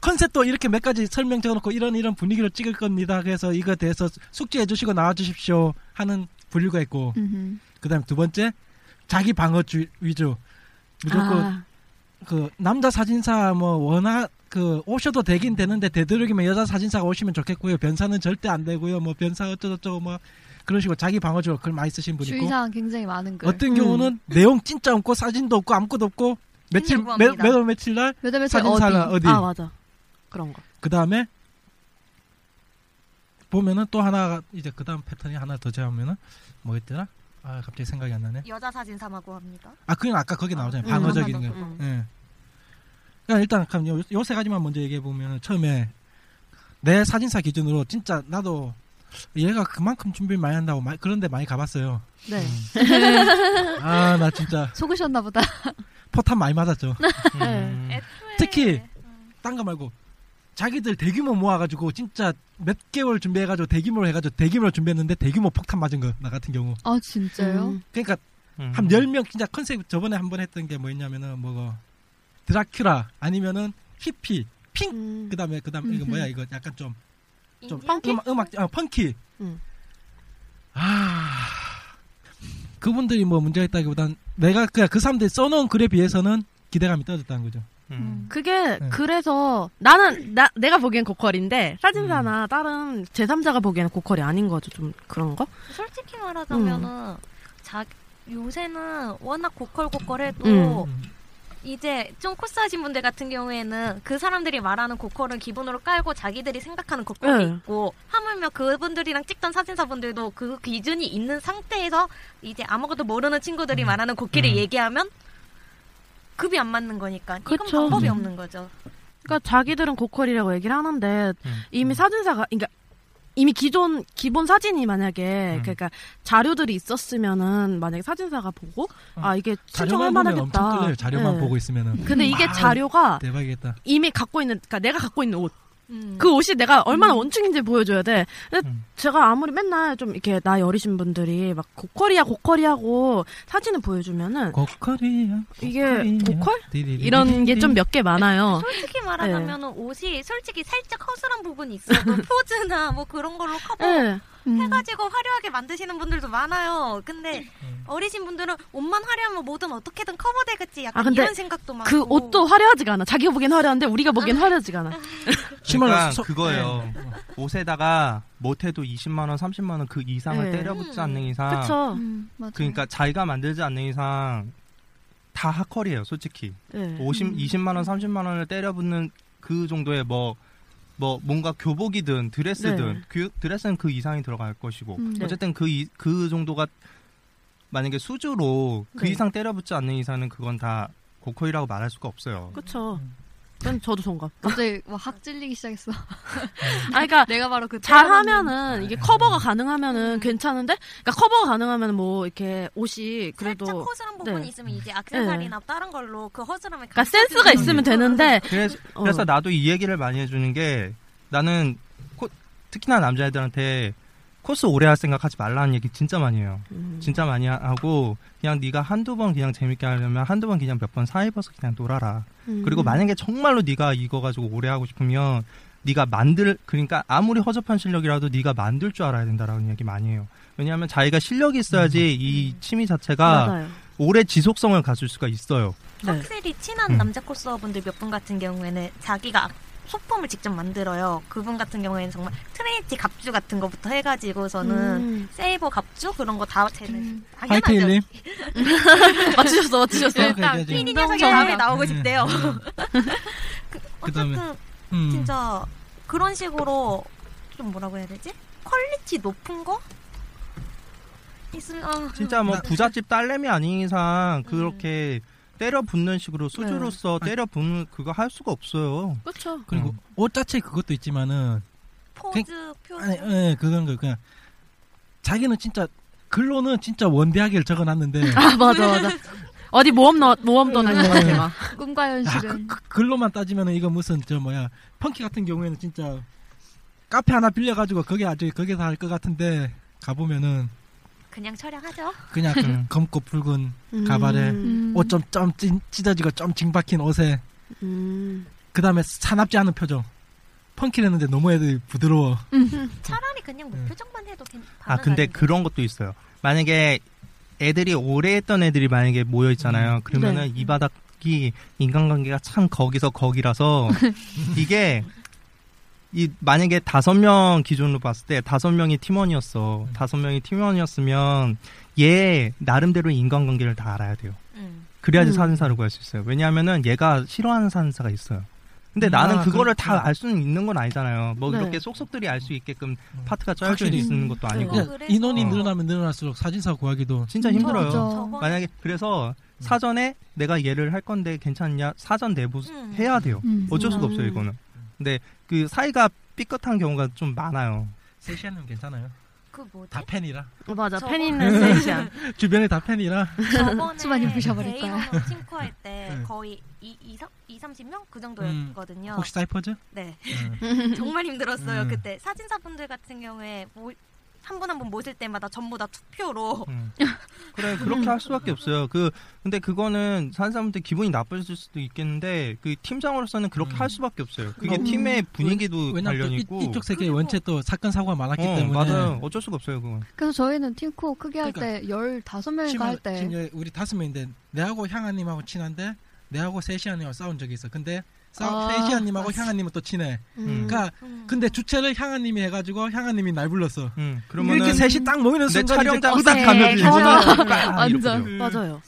Speaker 1: 컨셉도 이렇게 몇 가지 설명 적어놓고 이런 이런 분위기로 찍을 겁니다. 그래서 이거에 대해서 숙지해 주시고 나와 주십시오 하는 분류가 있고
Speaker 3: 음흠.
Speaker 1: 그다음 두 번째 자기 방어 주, 위주 무조건
Speaker 3: 아.
Speaker 1: 그 남자 사진사 뭐 워낙 그 오셔도 되긴 되는데 되도록이면 여자 사진사가 오시면 좋겠고요 변사는 절대 안 되고요 뭐 변사 어쩌고저쩌고 뭐 그런 식으로 자기 방어적으로 글 많이 쓰신 분 있고
Speaker 3: 주의사항 굉장히 많은 글.
Speaker 1: 어떤 경우는 내용 진짜 없고 사진도 없고 아무것도 없고 며칠
Speaker 3: 생략 구합니다.
Speaker 1: 매월 며칠 날
Speaker 3: 몇월 며칠
Speaker 1: 사진사가
Speaker 3: 어디.
Speaker 1: 어디,
Speaker 4: 아 맞아. 그런 거.
Speaker 1: 그 다음에 보면은 또 하나가 이제 그 다음 패턴이 하나 더 제하면은 뭐였더라 아 갑자기 생각이 안 나네
Speaker 2: 여자 사진 사마고 합니다.
Speaker 1: 아 그냥 아까 거기 나오잖아요.
Speaker 2: 음,
Speaker 1: 방어적인
Speaker 2: 방어적,
Speaker 1: 거.
Speaker 2: 음.
Speaker 1: 예. 그러니까 일단 그럼 요, 요세 가지만 먼저 얘기해 보면 처음에 내 사진사 기준으로 진짜 나도 얘가 그만큼 준비를 많이 한다고 마- 그런데 많이 가봤어요.
Speaker 3: 네.
Speaker 1: 아 나 진짜
Speaker 3: 속으셨나 보다.
Speaker 1: 포탄 많이 맞았죠.
Speaker 3: 음.
Speaker 7: 네.
Speaker 1: 특히 딴 거 말고 자기들 대규모 모아가지고 진짜 몇 개월 준비해가지고 대규모로 해가지고 대규모로 준비했는데 대규모 폭탄 맞은 거 나 같은 경우.
Speaker 3: 아 진짜요?
Speaker 4: 음.
Speaker 1: 그러니까
Speaker 10: 음,
Speaker 1: 한 10명 진짜 컨셉 저번에 한 번 했던 게 뭐였냐면은 뭐고 드라큘라 아니면은 히피 핑 그다음에 그다음에 이거
Speaker 3: 음흠.
Speaker 1: 뭐야 이거 약간 좀좀
Speaker 4: 펑키?
Speaker 1: 음악 음악 아, 펑키
Speaker 4: 음.
Speaker 1: 아 그분들이 뭐 문제가 있다기보단 내가 그냥 그 사람들이 써놓은 글에 비해서는 기대감이 떨어졌다는 거죠.
Speaker 10: 음.
Speaker 3: 음.
Speaker 4: 그게
Speaker 1: 네.
Speaker 4: 그래서 나는 나 내가 보기엔 고퀄인데 사진사나
Speaker 1: 음.
Speaker 4: 다른 제3자가 보기에는 고퀄이 아닌 거죠. 좀 그런 거?
Speaker 2: 솔직히 말하자면은
Speaker 4: 음.
Speaker 2: 자 요새는 워낙 고퀄고퀄해도
Speaker 4: 음.
Speaker 2: 이제 좀 코스하신 분들 같은 경우에는 그 사람들이 말하는 고퀄은 기본으로 깔고 자기들이 생각하는 고퀄이
Speaker 4: 네.
Speaker 2: 있고 하물며 그분들이랑 찍던 사진사분들도 그 기준이 있는 상태에서 이제 아무것도 모르는 친구들이
Speaker 4: 음.
Speaker 2: 말하는 고퀄을 얘기하면 급이 안 맞는 거니까 이건
Speaker 4: 그쵸.
Speaker 2: 방법이
Speaker 4: 음.
Speaker 2: 없는 거죠.
Speaker 4: 그러니까 자기들은 고퀄이라고 얘기를 하는데 이미 사진사가 그러니까 이미 기존 기본 사진이
Speaker 1: 음.
Speaker 4: 만약에 그러니까 자료들이 있었으면은 만약에 사진사가 보고 아 이게 신청할
Speaker 1: 어. 자료만 보면 엄청
Speaker 4: 만하겠다.
Speaker 1: 끌려요. 자료만
Speaker 4: 네.
Speaker 1: 보고 있으면은.
Speaker 4: 근데 이게
Speaker 1: 아,
Speaker 4: 자료가
Speaker 1: 대박이겠다.
Speaker 4: 이미 갖고 있는 그러니까 내가 갖고 있는 옷.
Speaker 2: 음.
Speaker 4: 그 옷이 내가 얼마나
Speaker 1: 음.
Speaker 4: 원충인지 보여줘야 돼. 근데 제가 아무리 맨날 좀 이렇게 나이 어리신 분들이 막 고퀄이야 고퀄이하고 사진을 보여주면은
Speaker 1: 고퀄이야
Speaker 4: 이게 고퀄 이런 게 좀 몇 개 많아요.
Speaker 2: 솔직히 말하자면 은 옷이 솔직히 살짝 허술한 부분이 있어도 포즈나 뭐 그런 걸로 커버
Speaker 4: 네. 음.
Speaker 2: 해가지고 화려하게 만드시는 분들도 많아요. 근데
Speaker 1: 음.
Speaker 2: 어리신 분들은 옷만 화려하면 뭐든 어떻게든 커버되겠지 약간
Speaker 4: 아 근데
Speaker 2: 이런 생각도 많고 음.
Speaker 4: 그 옷도 화려하지가 않아. 자기가 보기엔 화려한데 우리가 보기엔 화려하지가 않아.
Speaker 10: 그러니까
Speaker 1: 정말 소-
Speaker 10: 그거예요. 옷에다가 못해도 20만 원, 30만 원 그 이상을
Speaker 4: 네.
Speaker 10: 때려붙지 않는 이상.
Speaker 4: 그쵸.
Speaker 3: 음.
Speaker 10: 러니까 자기가 만들지 않는 이상 다 하컬이에요, 솔직히.
Speaker 4: 네.
Speaker 10: 50,
Speaker 4: 음.
Speaker 10: 20만 원, 30만 원을 때려붙는 그 정도의 뭐. 뭐 뭔가 교복이든 드레스든
Speaker 4: 네.
Speaker 10: 그- 드레스는 그 이상이 들어갈 것이고
Speaker 4: 음, 네.
Speaker 10: 어쨌든 그 이- 그 정도가 만약에 수주로 그
Speaker 4: 네.
Speaker 10: 이상 때려붙지 않는 이상은 그건 다 고퀄이라고 말할 수가 없어요.
Speaker 4: 그쵸.
Speaker 10: 음.
Speaker 4: 그건 저도 동감.
Speaker 3: 갑자기 막확 찔리기 시작했어.
Speaker 4: 아니, 그러니까
Speaker 3: 내가 바로 그
Speaker 4: 잘하면은 이게 커버가 가능하면은 괜찮은데, 그러니까 커버가 가능하면 뭐 이렇게 옷이 그래도
Speaker 2: 살짝 허술한 부분이
Speaker 4: 네.
Speaker 2: 있으면 이제 액세서리나 다른 걸로 그 허술함을
Speaker 4: 그러니까 센스가 있으면 되는데
Speaker 10: 그래서,
Speaker 4: 어.
Speaker 10: 그래서 나도 이 얘기를 많이 해주는 게 나는 코- 특히나 남자애들한테 코스 오래 할 생각하지 말라는 얘기 진짜 많이 해요.
Speaker 4: 음.
Speaker 10: 진짜 많이 하- 하고 그냥 네가 한두 번 그냥 재밌게 하려면 한두 번 그냥 몇 번 사입어서 그냥 놀아라.
Speaker 4: 음.
Speaker 10: 그리고 만약에 정말로 네가 이거 가지고 오래 하고 싶으면 네가 만들 그러니까 아무리 허접한 실력이라도 네가 만들 줄 알아야 된다라는 얘기 많이 해요. 왜냐하면 자기가 실력이 있어야지 이 취미 자체가
Speaker 2: 맞아요.
Speaker 10: 오래 지속성을 가질 수가 있어요.
Speaker 2: 확실히
Speaker 4: 네.
Speaker 2: 친한
Speaker 4: 음.
Speaker 2: 남자 코스어분들 몇 분 같은 경우에는 자기가 소품을 직접 만들어요. 그분 같은 경우에는 정말 트레이티 갑주 같은 거부터 해가지고서는
Speaker 4: 음.
Speaker 2: 세이버 갑주 그런 거 다 쟤는
Speaker 1: 화이트힐님.
Speaker 4: 맞추셨어, 맞추셨어.
Speaker 2: 일단
Speaker 1: 그래야지.
Speaker 2: 피디 녀석이
Speaker 4: 정답.
Speaker 3: 아,
Speaker 2: 다음에 나오고
Speaker 1: 음,
Speaker 2: 싶대요.
Speaker 1: 음.
Speaker 2: 그,
Speaker 1: 그다음에,
Speaker 2: 어쨌든
Speaker 1: 음.
Speaker 2: 진짜 그런 식으로 좀 뭐라고 해야 되지? 퀄리티 높은 거 있으면 아,
Speaker 10: 진짜 뭐 부잣집 딸내미 아닌 이상 그렇게 때려 붙는 식으로 소주로서 때려 붙는 그거 할 수가 없어요. 음.
Speaker 4: 그렇죠.
Speaker 1: 그리고 옷 자체 그것도 있지만은
Speaker 2: 포즈 표정
Speaker 1: 아니, 예, 그건 그 그냥 자기는 진짜 글로는 진짜 원대하기를 적어놨는데
Speaker 4: 아 맞아 맞아. 어디 모험 넣 모험도
Speaker 1: 음.
Speaker 4: 나는 거지 막.
Speaker 3: 꿈과 현실은
Speaker 1: 그, 글로만 따지면은 이거 무슨 저 뭐야 펑키 같은 경우에는 진짜 카페 하나 빌려가지고 거기 아주 거기서 할 것 같은데 가보면은
Speaker 2: 그냥 촬영하죠.
Speaker 1: 그냥 그 검고 붉은
Speaker 2: 음.
Speaker 1: 가발에
Speaker 4: 그,
Speaker 2: 음.
Speaker 1: 옷좀좀 찢어지고 좀 징박힌 옷에
Speaker 4: 음.
Speaker 1: 그 다음에 사납지 않은 표정 펑키랬는데 너무 애들이 부드러워
Speaker 2: 차라리 그냥 뭐 표정만 해도 괜찮.
Speaker 10: 아 근데 그런 것도 있어요. 만약에 애들이 오래 했던 애들이 만약에 모여
Speaker 1: 음.
Speaker 10: 있잖아요. 그러면은
Speaker 4: 네.
Speaker 10: 이 바닥이 인간관계가 참 거기서 거기라서 이게 이 만약에 다섯 명 기준으로 봤을 때 다섯 명이 팀원이었어. 다섯 명이 팀원이었으면 얘 나름대로 인간관계를 다 알아야 돼요. 그래야지
Speaker 1: 음.
Speaker 10: 사진사를 구할 수 있어요. 왜냐하면은 얘가 싫어하는 사진사가 있어요. 근데
Speaker 1: 음,
Speaker 10: 나는
Speaker 1: 아,
Speaker 10: 그거를 다
Speaker 1: 그렇죠.
Speaker 10: 알 수는 있는 건 아니잖아요. 뭐
Speaker 1: 네.
Speaker 10: 이렇게 속속들이 알 수 있게끔 파트가 짜여져 있는 것도 아니고
Speaker 4: 네.
Speaker 1: 그냥 그러니까 인원이 늘어나면 늘어날수록 사진사 구하기도 음.
Speaker 10: 진짜 힘들어요. 만약에 그래서 사전에 내가 얘를 할 건데 괜찮냐 사전 내부 해야 돼요.
Speaker 1: 음.
Speaker 10: 어쩔 수가
Speaker 1: 음.
Speaker 10: 없어요 이거는. 근데 그 사이가 삐끗한 경우가 좀 많아요.
Speaker 1: 세션은 괜찮아요.
Speaker 2: 그 뭐지?
Speaker 1: 다 팬이라.
Speaker 4: 맞아
Speaker 2: 저거-
Speaker 4: 팬 있는 세션.
Speaker 1: 주변에 다 팬이라.
Speaker 2: 어. 저번에
Speaker 1: 부셔버릴 거야.
Speaker 2: 대인원으로 팅커할 때
Speaker 1: 네.
Speaker 2: 거의 2, 2, 2 30명 그 정도였거든요.
Speaker 1: 혹시 사이퍼즈?
Speaker 2: 네.
Speaker 1: 음.
Speaker 2: 정말 힘들었어요.
Speaker 1: 음.
Speaker 2: 그때 사진사분들 같은 경우에 한 분 한 분 모실 때마다 전부 다 투표로
Speaker 10: 그래 그렇게 할 수밖에 없어요. 그 근데 그거는 사람한테 기분이 나빠질 수도 있겠는데 그 팀장으로서는 그렇게 할 수밖에 없어요. 그게
Speaker 1: 음.
Speaker 10: 팀의 분위기도
Speaker 1: 왜냐면 또
Speaker 10: 관련
Speaker 1: 이-
Speaker 10: 있고
Speaker 1: 이쪽 세계 원체 또 사건 사고가 많았기
Speaker 10: 어,
Speaker 1: 때문에.
Speaker 10: 맞아요. 어쩔 수가 없어요 그건.
Speaker 3: 음. 그래서 저희는 팀코 크게 할 때
Speaker 1: 그러니까
Speaker 3: 15명인가
Speaker 1: 팀은
Speaker 3: 할 때
Speaker 1: 지금 여기 우리 다섯 명인데 내하고 향아님하고 친한데 내하고 세시아님하고 싸운 적이 있어. 근데 싸
Speaker 3: 아,
Speaker 1: 세시아님하고
Speaker 3: 맞아.
Speaker 1: 향아님은 또 친해.
Speaker 3: 음.
Speaker 1: 그러니까 근데 주체를 향아님이 해가지고 향아님이 날 불렀어.
Speaker 10: 그러면은
Speaker 1: 이렇게 셋이 딱 모이는
Speaker 10: 내
Speaker 1: 순간 이제
Speaker 10: 촬영장
Speaker 1: 끄닥
Speaker 10: 어색,
Speaker 1: 가면
Speaker 10: 가죠.
Speaker 1: 이러거든요.
Speaker 10: 완전.
Speaker 1: 음.
Speaker 4: 맞아요.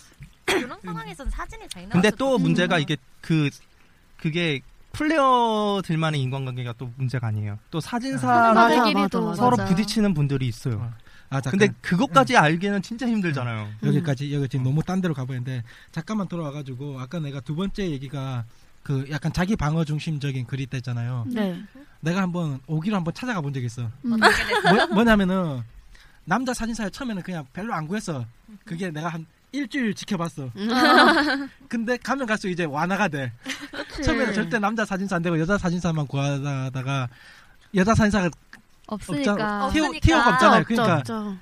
Speaker 2: 그런 상황에서는 사진이 잘 나왔어요.
Speaker 10: 근데 또 문제가 이게 그 그게 플레이어들만의 인간관계가 또 문제가 아니에요. 또 사진사
Speaker 3: 맞아, 맞아, 맞아, 맞아.
Speaker 10: 서로 부딪히는 분들이 있어요. 근데 아, 음. 그것까지 알기는 진짜 힘들잖아요.
Speaker 1: 아, 음. 여기까지 여기 지금 너무 딴 데로 가버렸는데 잠깐만 돌아와가지고 아까 내가 두 번째 얘기가 그 약간 자기 방어 중심적인 글이 있잖아요.
Speaker 3: 음.
Speaker 4: 네.
Speaker 1: 내가 한번 오기로 한번 찾아가 본 적이 있어.
Speaker 4: 음.
Speaker 1: 뭐, 냐면은 남자 사진사에 처음에는 그냥 별로 안 구했어. 그게 내가 한 일주일 지켜봤어. 근데 가면 갈수록 이제 완화가 돼. 처음에는 절대 남자 사진사 안 되고 여자 사진사만 구하다가 여자 사진사가 어, 없잖아.
Speaker 3: 없으니까
Speaker 1: 티오- 티오가 없잖아요.
Speaker 3: 없죠,
Speaker 1: 그러니까
Speaker 3: 없죠.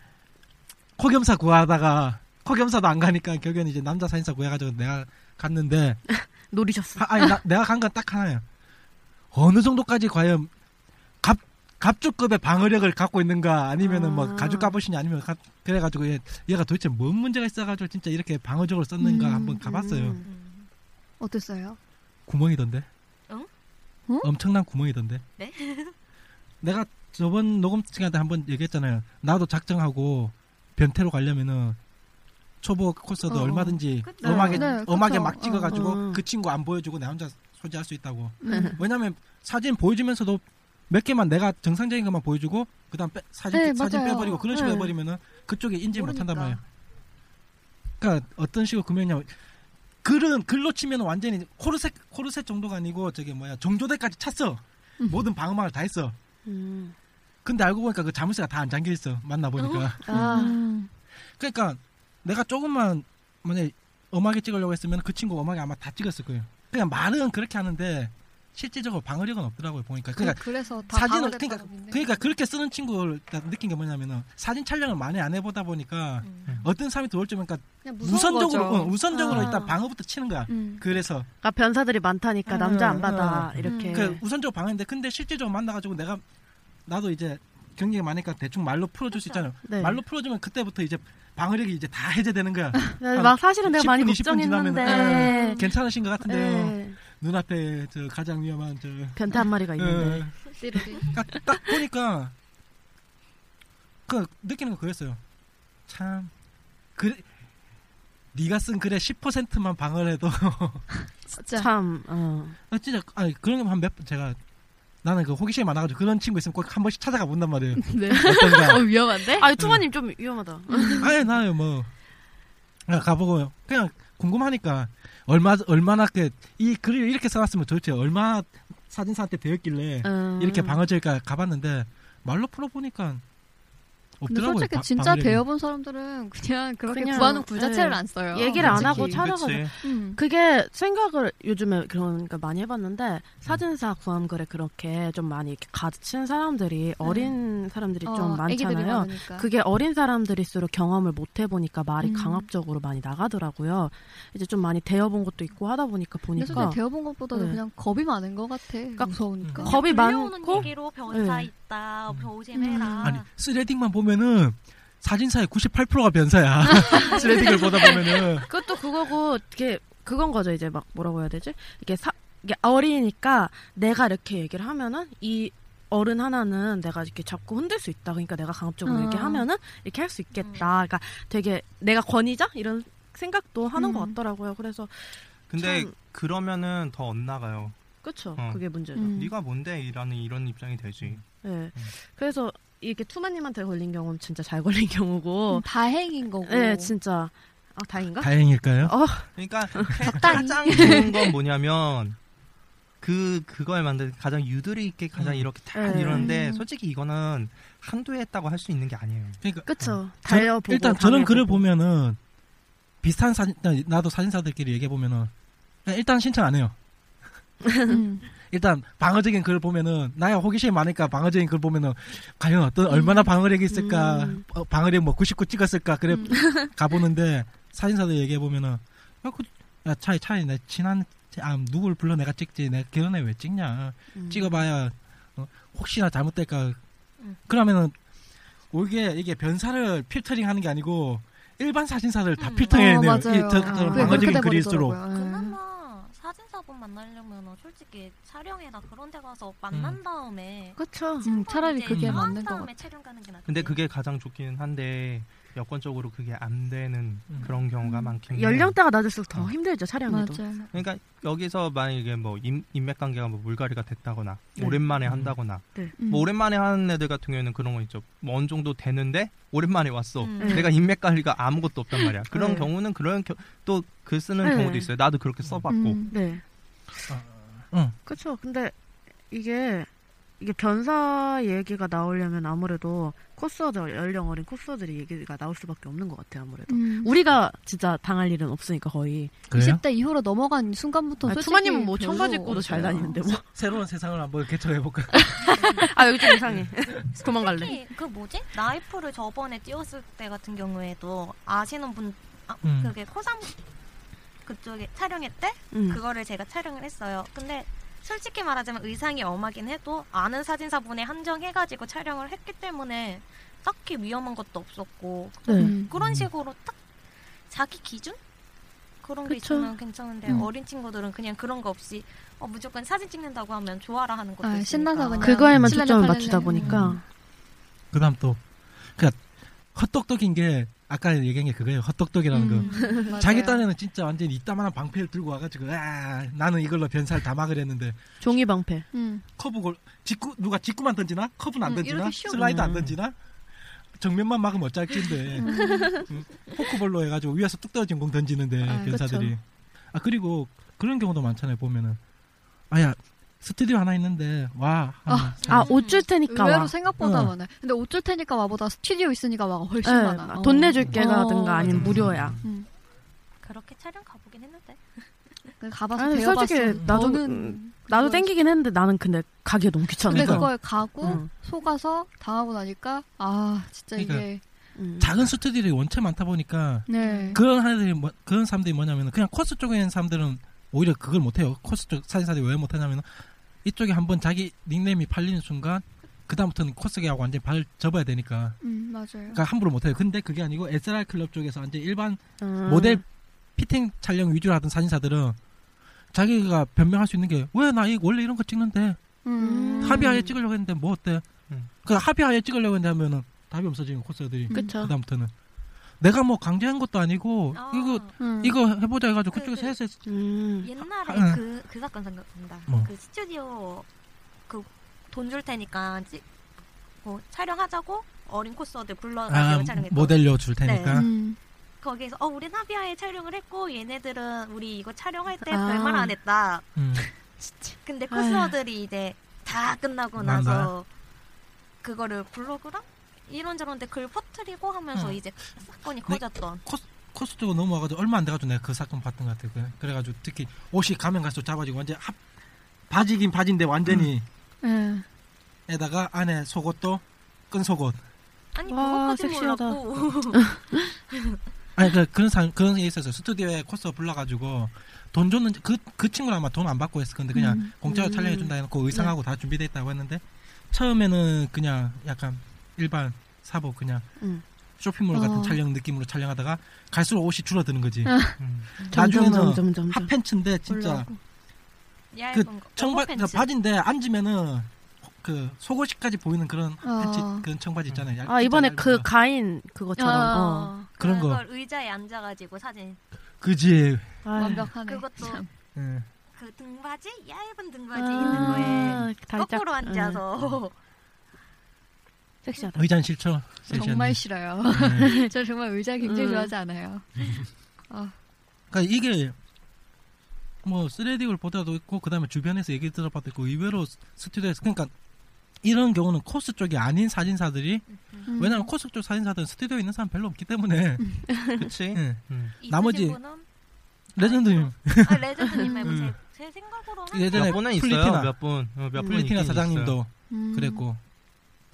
Speaker 1: 코겸사 구하다가 코겸사도 안 가니까 결국엔 이제 남자 사진사 구해가지고 내가 갔는데
Speaker 4: 노리셨어.
Speaker 1: 아, 니 내가 간 건 딱 하나예요. 어느 정도까지 과연 갑 갑주급의 방어력을 갖고 있는가 아니면은 뭐 가죽 갑옷이냐 아니면 가- 그래가지고 얘, 얘가 도대체 뭔 문제가 있어가지고 진짜 이렇게 방어적으로 썼는가
Speaker 3: 음,
Speaker 1: 한번 가봤어요.
Speaker 3: 어땠어요?
Speaker 1: 구멍이던데.
Speaker 3: 어?
Speaker 2: 응?
Speaker 1: 엄청난 구멍이던데.
Speaker 2: 네?
Speaker 1: 내가 저번 녹음 시간에 한번 얘기했잖아요. 나도 작정하고 변태로 가려면은 초보 코스도
Speaker 3: 어, 어.
Speaker 1: 얼마든지
Speaker 3: 그쵸.
Speaker 1: 음악에
Speaker 3: 네, 그쵸.
Speaker 1: 음악에 막 찍어가지고
Speaker 3: 어, 어.
Speaker 1: 그 친구 안 보여주고 나 혼자 소지할 수 있다고.
Speaker 3: 음.
Speaker 1: 왜냐면 사진 보여주면서도 몇 개만 내가 정상적인 것만 보여주고 그다음 빼, 사진
Speaker 3: 네,
Speaker 1: 사진
Speaker 3: 맞아요.
Speaker 1: 빼버리고 그런 식으로
Speaker 3: 네.
Speaker 1: 해버리면은 그쪽에 인지 못한단
Speaker 3: 모르니까.
Speaker 1: 말이에요. 그러니까 어떤 식으로 구매했냐면 글은 글로 치면 완전히 코르셋 코르셋 정도가 아니고 저게 뭐야 정조대까지 찼어 모든 방어막을 다 했어
Speaker 4: 음.
Speaker 1: 근데 알고 보니까 그 자물쇠가 다 안 잠겨 있어 만나 보니까
Speaker 4: 아, 음.
Speaker 1: 그러니까 내가 조금만 만약 음악에 찍으려고 했으면 그 친구 음악에 아마 다 찍었을 거예요 그냥 말은 그렇게 하는데 실질적으로 방어력은 없더라고요 보니까 그러니까
Speaker 3: 그, 래서다
Speaker 1: 사진을
Speaker 3: 방어됐다고
Speaker 1: 그러니까
Speaker 3: 믿네.
Speaker 1: 그러니까 그렇게 쓰는 친구를 나 느낀 게 뭐냐면은 사진 촬영을 많이 안 해보다 보니까 어떤 사람이 들어올지 모르니까
Speaker 3: 그냥 음. 무서운
Speaker 1: 우선적으로
Speaker 3: 거죠.
Speaker 1: 응, 우선적으로
Speaker 3: 아.
Speaker 1: 일단 방어부터 치는 거야.
Speaker 3: 음.
Speaker 1: 그래서
Speaker 4: 그러니까 변사들이 많다니까 남자 안 받아 음.
Speaker 1: 응, 응.
Speaker 4: 이렇게.
Speaker 1: 그 우선적으로 방어인데 근데 실제적으로 만나가지고 내가 나도 이제 경기가 많으니까 대충 말로 풀어줄 수 있잖아요.
Speaker 4: 네.
Speaker 1: 말로 풀어주면 그때부터 이제 방어력이 이제 다 해제되는 거야.
Speaker 4: 네,
Speaker 1: 한
Speaker 4: 막 사실은 내가 많이
Speaker 1: 10분, 20분 지나면은,
Speaker 4: 걱정했는데.
Speaker 1: 예, 괜찮으신 것 같은데요.
Speaker 4: 예.
Speaker 1: 눈앞에 저 가장 위험한 저
Speaker 4: 변태 한 마리가 있는데.
Speaker 1: 예. 그러니까 딱 보니까 그 느끼는 거 그랬어요. 참 그래 네가 쓴 글의 10%만 방어를 해도
Speaker 4: 참. 어.
Speaker 1: 아, 진짜 아니 그런 게 한 몇 번 제가 나는 그 호기심이 많아가지고 그런 친구 있으면 꼭 한 번씩 찾아가 본단 말이에요.
Speaker 4: 네.
Speaker 1: 어떤가.
Speaker 4: 어, 위험한데? 아, 투마님 좀 위험하다.
Speaker 1: 아니 나는 뭐 그냥 가보고 그냥 궁금하니까 얼마 얼마나 그 이 글을 이렇게 써놨으면 도대체 얼마나 사진사한테 되었길래
Speaker 3: 음.
Speaker 1: 이렇게 방을 저일까 가봤는데 말로 풀어보니까
Speaker 3: 근데
Speaker 1: 없더라고요.
Speaker 3: 솔직히
Speaker 1: 바-
Speaker 3: 진짜
Speaker 1: 방울이.
Speaker 3: 배워본 사람들은 그냥 그렇게
Speaker 4: 그냥,
Speaker 3: 구하는 굴 자체를
Speaker 4: 예.
Speaker 3: 안 써요. 음.
Speaker 4: 얘기를 안 하고
Speaker 3: 솔직히.
Speaker 4: 찾아가서 그게 생각을 요즘에 그런 거 많이 해봤는데 사진사 구함글에 그렇게 좀 많이 이렇게 가르친 사람들이 어린 사람들이
Speaker 3: 어,
Speaker 4: 좀
Speaker 3: 애기들이
Speaker 4: 많잖아요.
Speaker 3: 많으니까.
Speaker 4: 그게 어린 사람들일수록 경험을 못 해보니까 말이
Speaker 3: 음.
Speaker 4: 강압적으로 많이 나가더라고요. 이제 좀 많이 데워본 것도 있고 하다 보니까
Speaker 3: 근데
Speaker 4: 보니까
Speaker 3: 솔직히 배워본 것보다는
Speaker 4: 네.
Speaker 3: 그냥 겁이 많은 것 같아. 무서우니까.
Speaker 4: 겁이
Speaker 2: 들려오는
Speaker 4: 많고
Speaker 2: 얘기로 변사
Speaker 3: 네.
Speaker 4: 예.
Speaker 2: 있다,
Speaker 3: 음.
Speaker 2: 병오잼해라.
Speaker 1: 아니 스레딩만 보면은 사진사의 98%가 변사야. 스레딩을 보다 보면은
Speaker 4: 그것도 그거고 이게 그건 거죠 이제 막 뭐라고 해야 되지 이게 사 이게 어리니까 내가 이렇게 얘기를 하면은 이 어른 하나는 내가 이렇게 잡고 흔들 수 있다 그러니까 내가 강압적으로
Speaker 3: 아.
Speaker 4: 이렇게 하면은 이렇게 할 수 있겠다 그러니까 되게 내가 권위자 이런 생각도 하는 것 같더라고요 그래서
Speaker 10: 근데
Speaker 4: 참-
Speaker 10: 그러면은 더 엇나가요.
Speaker 4: 그쵸
Speaker 1: 음.
Speaker 10: 어.
Speaker 4: 그게 문제죠
Speaker 3: 음.
Speaker 10: 네가 뭔데? 이라는 이런 입장이 되지.
Speaker 4: 예
Speaker 1: 음.
Speaker 4: 그래서 이렇게 투마님한테 걸린 경우는 진짜 잘 걸린 경우고
Speaker 3: 음, 다행인 거고.
Speaker 4: 예 진짜 아 다행인가
Speaker 1: 다행일까요?
Speaker 4: 어
Speaker 10: 그러니까
Speaker 4: 적당히
Speaker 10: 가장
Speaker 1: 예.
Speaker 10: 좋은 건 뭐냐면 그 그걸 만든 가장 유도리 있게 가장
Speaker 1: 음.
Speaker 10: 이렇게 다
Speaker 4: 네.
Speaker 10: 이러는데
Speaker 1: 아.
Speaker 4: 음.
Speaker 10: 솔직히 이거는 한두 해 했다고 할 수 있는 게 아니에요.
Speaker 1: 그러니까
Speaker 4: 그쵸
Speaker 1: 저-
Speaker 4: 달려보고
Speaker 1: 일단 저는
Speaker 4: 당해보고.
Speaker 1: 글을 보면은 비슷한 사진 나도 사진사들끼리 얘기해 보면은 일단 신청 안 해요.
Speaker 4: 음.
Speaker 1: 일단 방어적인 글을 보면은 나야 호기심이 많으니까 방어적인 글을 보면은 과연 어떤
Speaker 4: 음.
Speaker 1: 얼마나 방어력이 있을까 어, 방어력 뭐 99 찍었을까 그래
Speaker 4: 음.
Speaker 1: 가보는데 사진사들 얘기해 보면은 아, 그, 야, 차이 차이 내 친한 아, 누굴 불러 내가 찍지 내가 결혼에 왜 찍냐
Speaker 4: 음.
Speaker 1: 찍어봐야 어, 혹시나 잘못될까
Speaker 3: 음.
Speaker 1: 그러면은 이게 이게 변사를 필터링하는 게 아니고 일반 사진사를 다 필터링해내요.
Speaker 3: 어, 맞아요.
Speaker 1: 이 저처럼
Speaker 3: 아, 그게
Speaker 1: 방어적인
Speaker 3: 그렇게
Speaker 1: 글일수록
Speaker 3: 돼버리더라고요. 예.
Speaker 2: 그나마 사진사분 만나려면 어, 솔직히 촬영회나 그런 데 가서 만난 다음에
Speaker 4: 그쵸
Speaker 3: 음, 차라리 그게
Speaker 2: 한
Speaker 3: 맞는 것
Speaker 2: 다음에
Speaker 3: 같아.
Speaker 2: 촬영 가는 게 낫지.
Speaker 10: 근데 그게 가장 좋기는 한데 여건적으로 그게 안 되는
Speaker 3: 음.
Speaker 1: 음.
Speaker 10: 그런 경우가
Speaker 4: 음.
Speaker 10: 많긴 해요.
Speaker 4: 연령대가 낮을수록 더 힘들죠 촬영에도
Speaker 10: 그러니까 여기서 만약에 뭐 인, 인맥 관계가 뭐 물갈이가 됐다거나
Speaker 4: 네.
Speaker 10: 오랜만에 한다거나
Speaker 4: 네.
Speaker 10: 뭐
Speaker 4: 음.
Speaker 10: 오랜만에 하는 애들 같은 경우에는 그런 거 있죠. 뭐 어느 정도 되는데 오랜만에 왔어.
Speaker 4: 음.
Speaker 10: 내가 인맥 관리가 아무것도 없단 말이야. 그런
Speaker 4: 네.
Speaker 10: 경우는 그런 또 글 쓰는
Speaker 4: 네.
Speaker 10: 경우도 있어요. 나도 그렇게 써봤고.
Speaker 3: 음.
Speaker 4: 네.
Speaker 1: 응.
Speaker 4: 그렇죠. 근데 이게 이게 변사 얘기가 나오려면 아무래도 코스어들 연령 어린 코스어들이 얘기가 나올 수밖에 없는 것 같아요. 아무래도
Speaker 3: 음.
Speaker 4: 우리가 진짜 당할 일은 없으니까 거의.
Speaker 3: 20대 이후로 넘어간 순간부터
Speaker 4: 아,
Speaker 3: 솔직히
Speaker 4: 투마님은 뭐 청바지
Speaker 3: 별로
Speaker 4: 입고도 잘
Speaker 3: 없어요.
Speaker 4: 다니는데 뭐.
Speaker 1: 새로운 세상을 한번 개척해 볼까.
Speaker 4: 아 여기 좀 이상해. 도망갈래.
Speaker 2: 특히 그 뭐지? 나이프를 저번에 띄웠을 때 같은 경우에도 아시는 분 아,
Speaker 4: 음.
Speaker 2: 그게 코상 그쪽에 촬영했대?
Speaker 4: 음.
Speaker 2: 그거를 제가 촬영을 했어요. 근데 솔직히 말하자면 의상이 엄하긴 해도 아는 사진사분에 한정해가지고 촬영을 했기 때문에 딱히 위험한 것도 없었고
Speaker 4: 네. 음.
Speaker 2: 그런 식으로 딱 자기 기준? 그런 게
Speaker 4: 그쵸.
Speaker 2: 있으면 괜찮은데
Speaker 4: 음.
Speaker 2: 어린 친구들은 그냥 그런 거 없이 어, 무조건 사진 찍는다고 하면 좋아라 하는 것도
Speaker 3: 아,
Speaker 2: 있으니까
Speaker 3: 신나서 그냥
Speaker 4: 그거에만
Speaker 3: 칠레나
Speaker 4: 초점을
Speaker 3: 팔레나
Speaker 4: 맞추다 보니까.
Speaker 1: 그다음 또 그러니까 헛똑똑인 게 아까 얘기한 게 그거예요. 헛똑똑이라는 거.
Speaker 3: 음, 맞아요.
Speaker 1: 음. 자기 딴에는 진짜 완전 히 이따만한 방패를 들고 와가지고 아 나는 이걸로 변사를 다 막으랬는데
Speaker 4: 종이 방패.
Speaker 3: 음.
Speaker 1: 커브골 직구 누가 직구만 던지나 커브는 안
Speaker 4: 음,
Speaker 1: 던지나
Speaker 4: 이렇게 쉬워.
Speaker 1: 슬라이드 안
Speaker 4: 음.
Speaker 1: 던지나 정면만 막으면 어쩔진데 음, 포크볼로 해가지고 위에서 뚝 떨어진 공 던지는데
Speaker 10: 아,
Speaker 1: 변사들이
Speaker 10: 그쵸.
Speaker 1: 아 그리고 그런 경우도 많잖아요 보면은 아야 스튜디오 하나 있는데 와 하나.
Speaker 4: 아옷 줄 테니까
Speaker 3: 의외로
Speaker 4: 와.
Speaker 3: 생각보다
Speaker 1: 어.
Speaker 3: 많아요. 근데 옷 줄 테니까 와보다 스튜디오 있으니까 와가 훨씬
Speaker 4: 네,
Speaker 3: 많아.
Speaker 4: 돈
Speaker 3: 어.
Speaker 4: 내줄게가든가
Speaker 3: 어, 맞아.
Speaker 4: 아니면 음, 무료야.
Speaker 1: 음.
Speaker 2: 그렇게 촬영 가보긴 했는데
Speaker 3: 가봐서
Speaker 4: 아니,
Speaker 3: 배워봤어.
Speaker 4: 솔직히 나도 음,
Speaker 3: 너는
Speaker 4: 나도 땡기긴 했는데 나는 근데 가기 너무
Speaker 3: 근데
Speaker 4: 귀찮아서.
Speaker 3: 그걸 가고
Speaker 1: 음.
Speaker 4: 응.
Speaker 3: 속아서 당하고 나니까 아 진짜 이게
Speaker 4: 음.
Speaker 1: 작은 스튜디오들이 원체 많다 보니까
Speaker 3: 네.
Speaker 1: 그런 사람들이 뭐- 그런 사람들이 뭐냐면 그냥 코스 쪽에 있는 사람들은 오히려 그걸 못해요. 코스 쪽 사진사들이 왜 못하냐면 이쪽에 한번 자기 닉네임이 팔리는 순간 그 다음부터는 코스계하고 완전 히발 접어야 되니까
Speaker 3: 음 맞아요.
Speaker 1: 그러니까 함부로 못해요. 근데 그게 아니고 SR 클럽 쪽에서 완전 일반
Speaker 4: 음.
Speaker 1: 모델 피팅 촬영 위주로 하던 사진사들은 자기가 변명할 수 있는 게 왜 나 원래 이런 거 찍는데
Speaker 3: 음.
Speaker 1: 합의하에 찍으려고 했는데 뭐 어때? 그 합의하에 찍으려고 했는데 하면은 답이 없어지는 코스들이 그
Speaker 4: 그쵸.
Speaker 1: 다음부터는 내가 뭐 강제한 것도 아니고 이거
Speaker 4: 음.
Speaker 1: 이거 해보자 해가지고 그쪽에서 해서 했-
Speaker 4: 음.
Speaker 2: 옛날에
Speaker 1: 아, 아.
Speaker 2: 그, 그 사건 생각난다.
Speaker 1: 뭐?
Speaker 2: 그 스튜디오 그
Speaker 7: 돈 줄 테니까 찍- 뭐 촬영하자고 어린 코스어들
Speaker 1: 아, 네.
Speaker 7: 불러가지고 촬영했고
Speaker 1: 모델료 줄 테니까. 음.
Speaker 3: 음.
Speaker 7: 거기에서 어 우리 나비아에 촬영을 했고 얘네들은 우리 이거 촬영할 때
Speaker 2: 아.
Speaker 7: 별말 안 했다.
Speaker 1: 음.
Speaker 4: 아.
Speaker 7: 근데 코스어들이 이제 다 끝나고
Speaker 1: 맞나?
Speaker 7: 나서 그거를 블로그랑 이런저런 데글 퍼뜨리고 하면서
Speaker 1: 음.
Speaker 7: 이제 사건이
Speaker 1: 네,
Speaker 7: 커졌던
Speaker 1: 코스 쪽으로 넘어와가지고 얼마 안 돼가지고 내가 그 사건 봤던 것 같아. 그- 그래가지고 특히 옷이 가면 갈수록 잡아지고 완전 합 바지긴 바지인데 완전히
Speaker 3: 예.
Speaker 1: 에다가 안에 속옷도 끈 속옷.
Speaker 7: 아니
Speaker 4: 와,
Speaker 7: 그것까지
Speaker 4: 섹시하다.
Speaker 7: 몰랐고
Speaker 1: 아니 그 그런 사 그런 게 있었어요. 스튜디오에 코스 불러가지고 돈 줬는지 그 그 친구는 아마 돈 안 받고 했을 건데 그냥
Speaker 10: 음.
Speaker 1: 공짜로
Speaker 10: 음.
Speaker 1: 촬영해 준다 해놓고 의상하고 다 준비돼 있다고 했는데 처음에는 그냥 약간 일반 사복 그냥
Speaker 4: 음.
Speaker 1: 쇼핑몰
Speaker 4: 어.
Speaker 1: 같은 촬영 느낌으로 촬영하다가 갈수록 옷이 줄어드는 거지.
Speaker 4: 아.
Speaker 1: 음.
Speaker 4: 점점,
Speaker 1: 나중에는
Speaker 4: 점점, 점점.
Speaker 1: 핫팬츠인데 진짜
Speaker 3: 어,
Speaker 4: 올라가고.
Speaker 1: 그
Speaker 7: 얇은 거
Speaker 1: 청바
Speaker 7: 팬츠.
Speaker 1: 바지인데 앉으면은 그 속옷까지 보이는 그런 핫팬츠
Speaker 4: 어.
Speaker 1: 그런 청바지 있잖아요. 얇-
Speaker 4: 아 이번에
Speaker 1: 진짜
Speaker 4: 그
Speaker 1: 얇은 거.
Speaker 4: 가인 그것처럼
Speaker 3: 아,
Speaker 4: 어.
Speaker 7: 어,
Speaker 1: 그런 거.
Speaker 7: 그걸 의자에 앉아가지고 사진
Speaker 1: 그지.
Speaker 3: 아, 완벽하네.
Speaker 7: 그것도
Speaker 1: 예.
Speaker 7: 그 등받이 얇은
Speaker 4: 아,
Speaker 7: 등받이
Speaker 3: 아,
Speaker 7: 있는 거에
Speaker 3: 다리 짝-
Speaker 7: 거꾸로
Speaker 3: 음.
Speaker 7: 앉아서 어.
Speaker 4: 섹시하다.
Speaker 1: 의자는 싫죠. 세션이.
Speaker 3: 정말 싫어요.
Speaker 1: 네.
Speaker 3: 저 정말 의자 굉장히
Speaker 4: 음.
Speaker 3: 좋아하지 않아요. 어,
Speaker 1: 그러니까 이게 뭐 쓰레디를 보다도 있고 그다음에 주변에서 얘기 들어봐도 있고 의외로 스- 스튜디오에서 그러니까 이런 경우는 코스 쪽이 아닌 사진사들이
Speaker 10: 음.
Speaker 1: 왜냐하면 코스 쪽 사진사들은 스튜디오에 있는 사람 별로 없기 때문에
Speaker 10: 그치?
Speaker 1: 예.
Speaker 10: 음.
Speaker 1: 나머지
Speaker 7: 분은
Speaker 1: 레전드님
Speaker 7: 아 레전드님 말고 제,
Speaker 3: 음.
Speaker 7: 제 생각으로는
Speaker 1: 예전에
Speaker 10: 몇 분은 있어요.
Speaker 1: 플리티나
Speaker 10: 몇 분, 어, 몇 분은
Speaker 1: 플리티나
Speaker 10: 있긴
Speaker 1: 사장님도
Speaker 10: 있어요.
Speaker 3: 음.
Speaker 1: 그랬고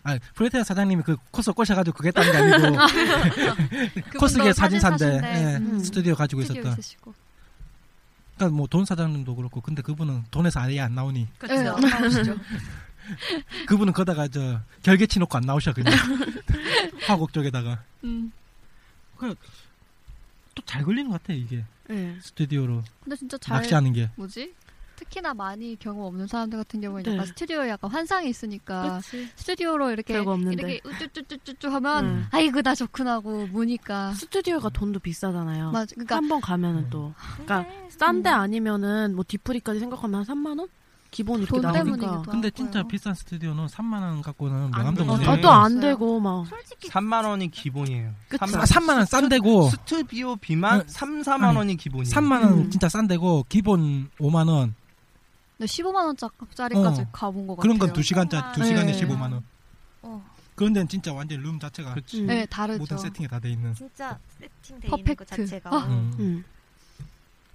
Speaker 1: 아 플리티나 사장님이 그 코스 꼬셔가지고 그게 딴게 아니고 코스계 사진사인데
Speaker 3: 그분도 사진사신데,
Speaker 1: 예,
Speaker 3: 음.
Speaker 1: 스튜디오 가지고
Speaker 3: 스튜디오
Speaker 1: 있었다.
Speaker 3: 있으시고.
Speaker 1: 그러니까 뭐 돈 사장님도 그렇고 근데 그분은 돈에서 아예 안 나오니
Speaker 3: 예,
Speaker 4: 음.
Speaker 3: 안 나오시죠.
Speaker 1: 그분은 거다가 저 결계치 놓고 안 나오셔 그냥 화곡 쪽에다가 그,
Speaker 3: 음.
Speaker 1: 또 잘 걸리는 것 같아 이게
Speaker 4: 예.
Speaker 3: 네.
Speaker 1: 스튜디오로
Speaker 3: 근데 진짜 잘
Speaker 1: 낚시하는 게.
Speaker 3: 뭐지? 특히나 많이 경험 없는 사람들 같은 경우에는
Speaker 4: 네.
Speaker 3: 약간 스튜디오에 약간 환상이 있으니까
Speaker 4: 그치.
Speaker 3: 스튜디오로 이렇게
Speaker 4: 별거 없는데.
Speaker 3: 이렇게 우쭈쭈쭈쭈 하면
Speaker 4: 음.
Speaker 3: 아이고 나 좋구나 하고 무니까
Speaker 4: 스튜디오가 돈도 비싸잖아요.
Speaker 3: 맞아. 그러니까-
Speaker 4: 어. 한 번 가면은 또. 그러니까 싼데 아니면은 뭐 뒤풀이까지 생각하면 한 3만 원? 기본 이렇게 나오니까.
Speaker 1: 근데 진짜 비싼 스튜디오는 3만 원 갖고는
Speaker 10: 돼.
Speaker 1: 명함도 못
Speaker 10: 어,
Speaker 1: 내.
Speaker 10: 아, 또
Speaker 4: 안 되고 막.
Speaker 10: 3만 원이 기본이에요.
Speaker 1: 그치. 아, 3만 원 싼데고.
Speaker 10: 스튜디오 비만 3, 4만 원이 기본이에요.
Speaker 1: 3만 원 진짜 싼데고 기본 5만 원.
Speaker 3: 근데 15만 원짜리까지
Speaker 1: 어.
Speaker 3: 가본 것 같아요.
Speaker 1: 그런 건 2시간짜리 2시간에
Speaker 3: 네.
Speaker 1: 15만 원.
Speaker 7: 어.
Speaker 1: 그런 데는 진짜 완전 룸 자체가
Speaker 4: 그렇죠. 음.
Speaker 3: 네, 다르죠.
Speaker 1: 모든 세팅이 다 돼 있는.
Speaker 7: 진짜 세팅돼 있는 것
Speaker 3: 퍼펙트.
Speaker 7: 자체가
Speaker 3: 아.
Speaker 1: 음.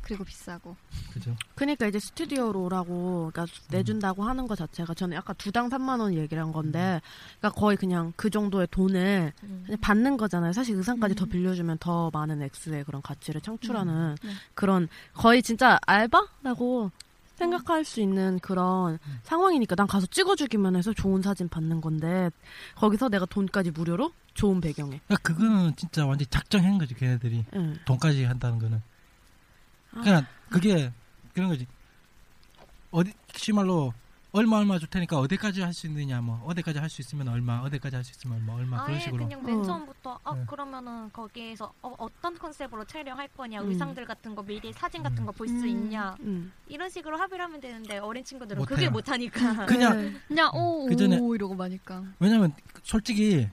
Speaker 3: 그리고 비싸고.
Speaker 1: 그죠.
Speaker 4: 그러니까 이제 스튜디오로 오라고 그러니까 내준다고 하는 것 자체가 저는 아까 두당 3만 원 얘기를 한 건데 그러니까 거의 그냥 그 정도의 돈을
Speaker 7: 음.
Speaker 4: 그냥 받는 거잖아요. 사실 의상까지 더 빌려주면 더 많은 액수의 그런 가치를 창출하는
Speaker 3: 음. 네.
Speaker 4: 그런 거의 진짜 알바라고 생각할 수 있는 그런 상황이니까 난 가서 찍어주기만 해서 좋은 사진 받는 건데 거기서 내가 돈까지 무료로 좋은 배경에
Speaker 1: 그러니까 그거는 진짜 완전 작정한 거지 걔네들이
Speaker 4: 응.
Speaker 1: 돈까지 한다는 거는.
Speaker 4: 아.
Speaker 1: 그냥 그게 그런 거지. 어디 시말로 얼마 얼마 줄 테니까 어디까지 할 수 있느냐 뭐 어디까지 할 수 있으면 얼마 어디까지 할 수 있으면 얼마 얼마 그런
Speaker 7: 아예
Speaker 1: 식으로.
Speaker 7: 그냥 맨 처음부터 어, 그러면은 거기에서 어, 어떤 컨셉으로 촬영할 거냐
Speaker 4: 음.
Speaker 7: 의상들 같은 거 미리 사진 같은 거 볼 수
Speaker 3: 음.
Speaker 7: 있냐 이런 식으로 합의를 하면 되는데 어린 친구들은
Speaker 1: 못해요.
Speaker 7: 그게 못하니까
Speaker 1: 그냥-
Speaker 3: 그냥 오,
Speaker 1: 그 전에- 음,
Speaker 3: 오 이러고 마니까.
Speaker 1: 왜냐면 솔직히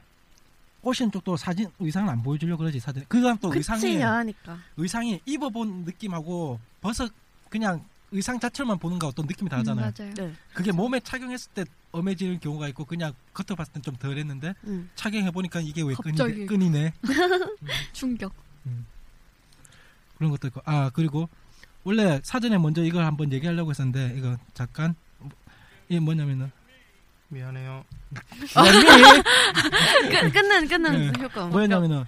Speaker 1: 오신 쪽도 사진 의상을 안 보여주려 고 그러지 사진. 그건 또 의상이
Speaker 4: 야하니까
Speaker 1: 의상이 입어본 느낌하고 벗어 그냥 의상 자체만 보는 거하고 또 느낌이 다르잖아요.
Speaker 3: 음, 맞아요.
Speaker 1: 그게 몸에 착용했을 때 엄해지는 경우가 있고 그냥 겉으로 봤을 땐 좀 덜했는데
Speaker 4: 음.
Speaker 1: 착용해 보니까 이게 왜
Speaker 3: 갑자기.
Speaker 1: 끈이, 끈이네
Speaker 3: 충격.
Speaker 1: 그런 것도 있고 아 그리고 원래 사전에 먼저 이걸 한번 얘기하려고 했었는데 이거 잠깐 이게 뭐냐면은
Speaker 10: 미안해요.
Speaker 4: 끝- 끊는 끊는
Speaker 1: 예.
Speaker 4: 효과
Speaker 1: 뭐였냐면은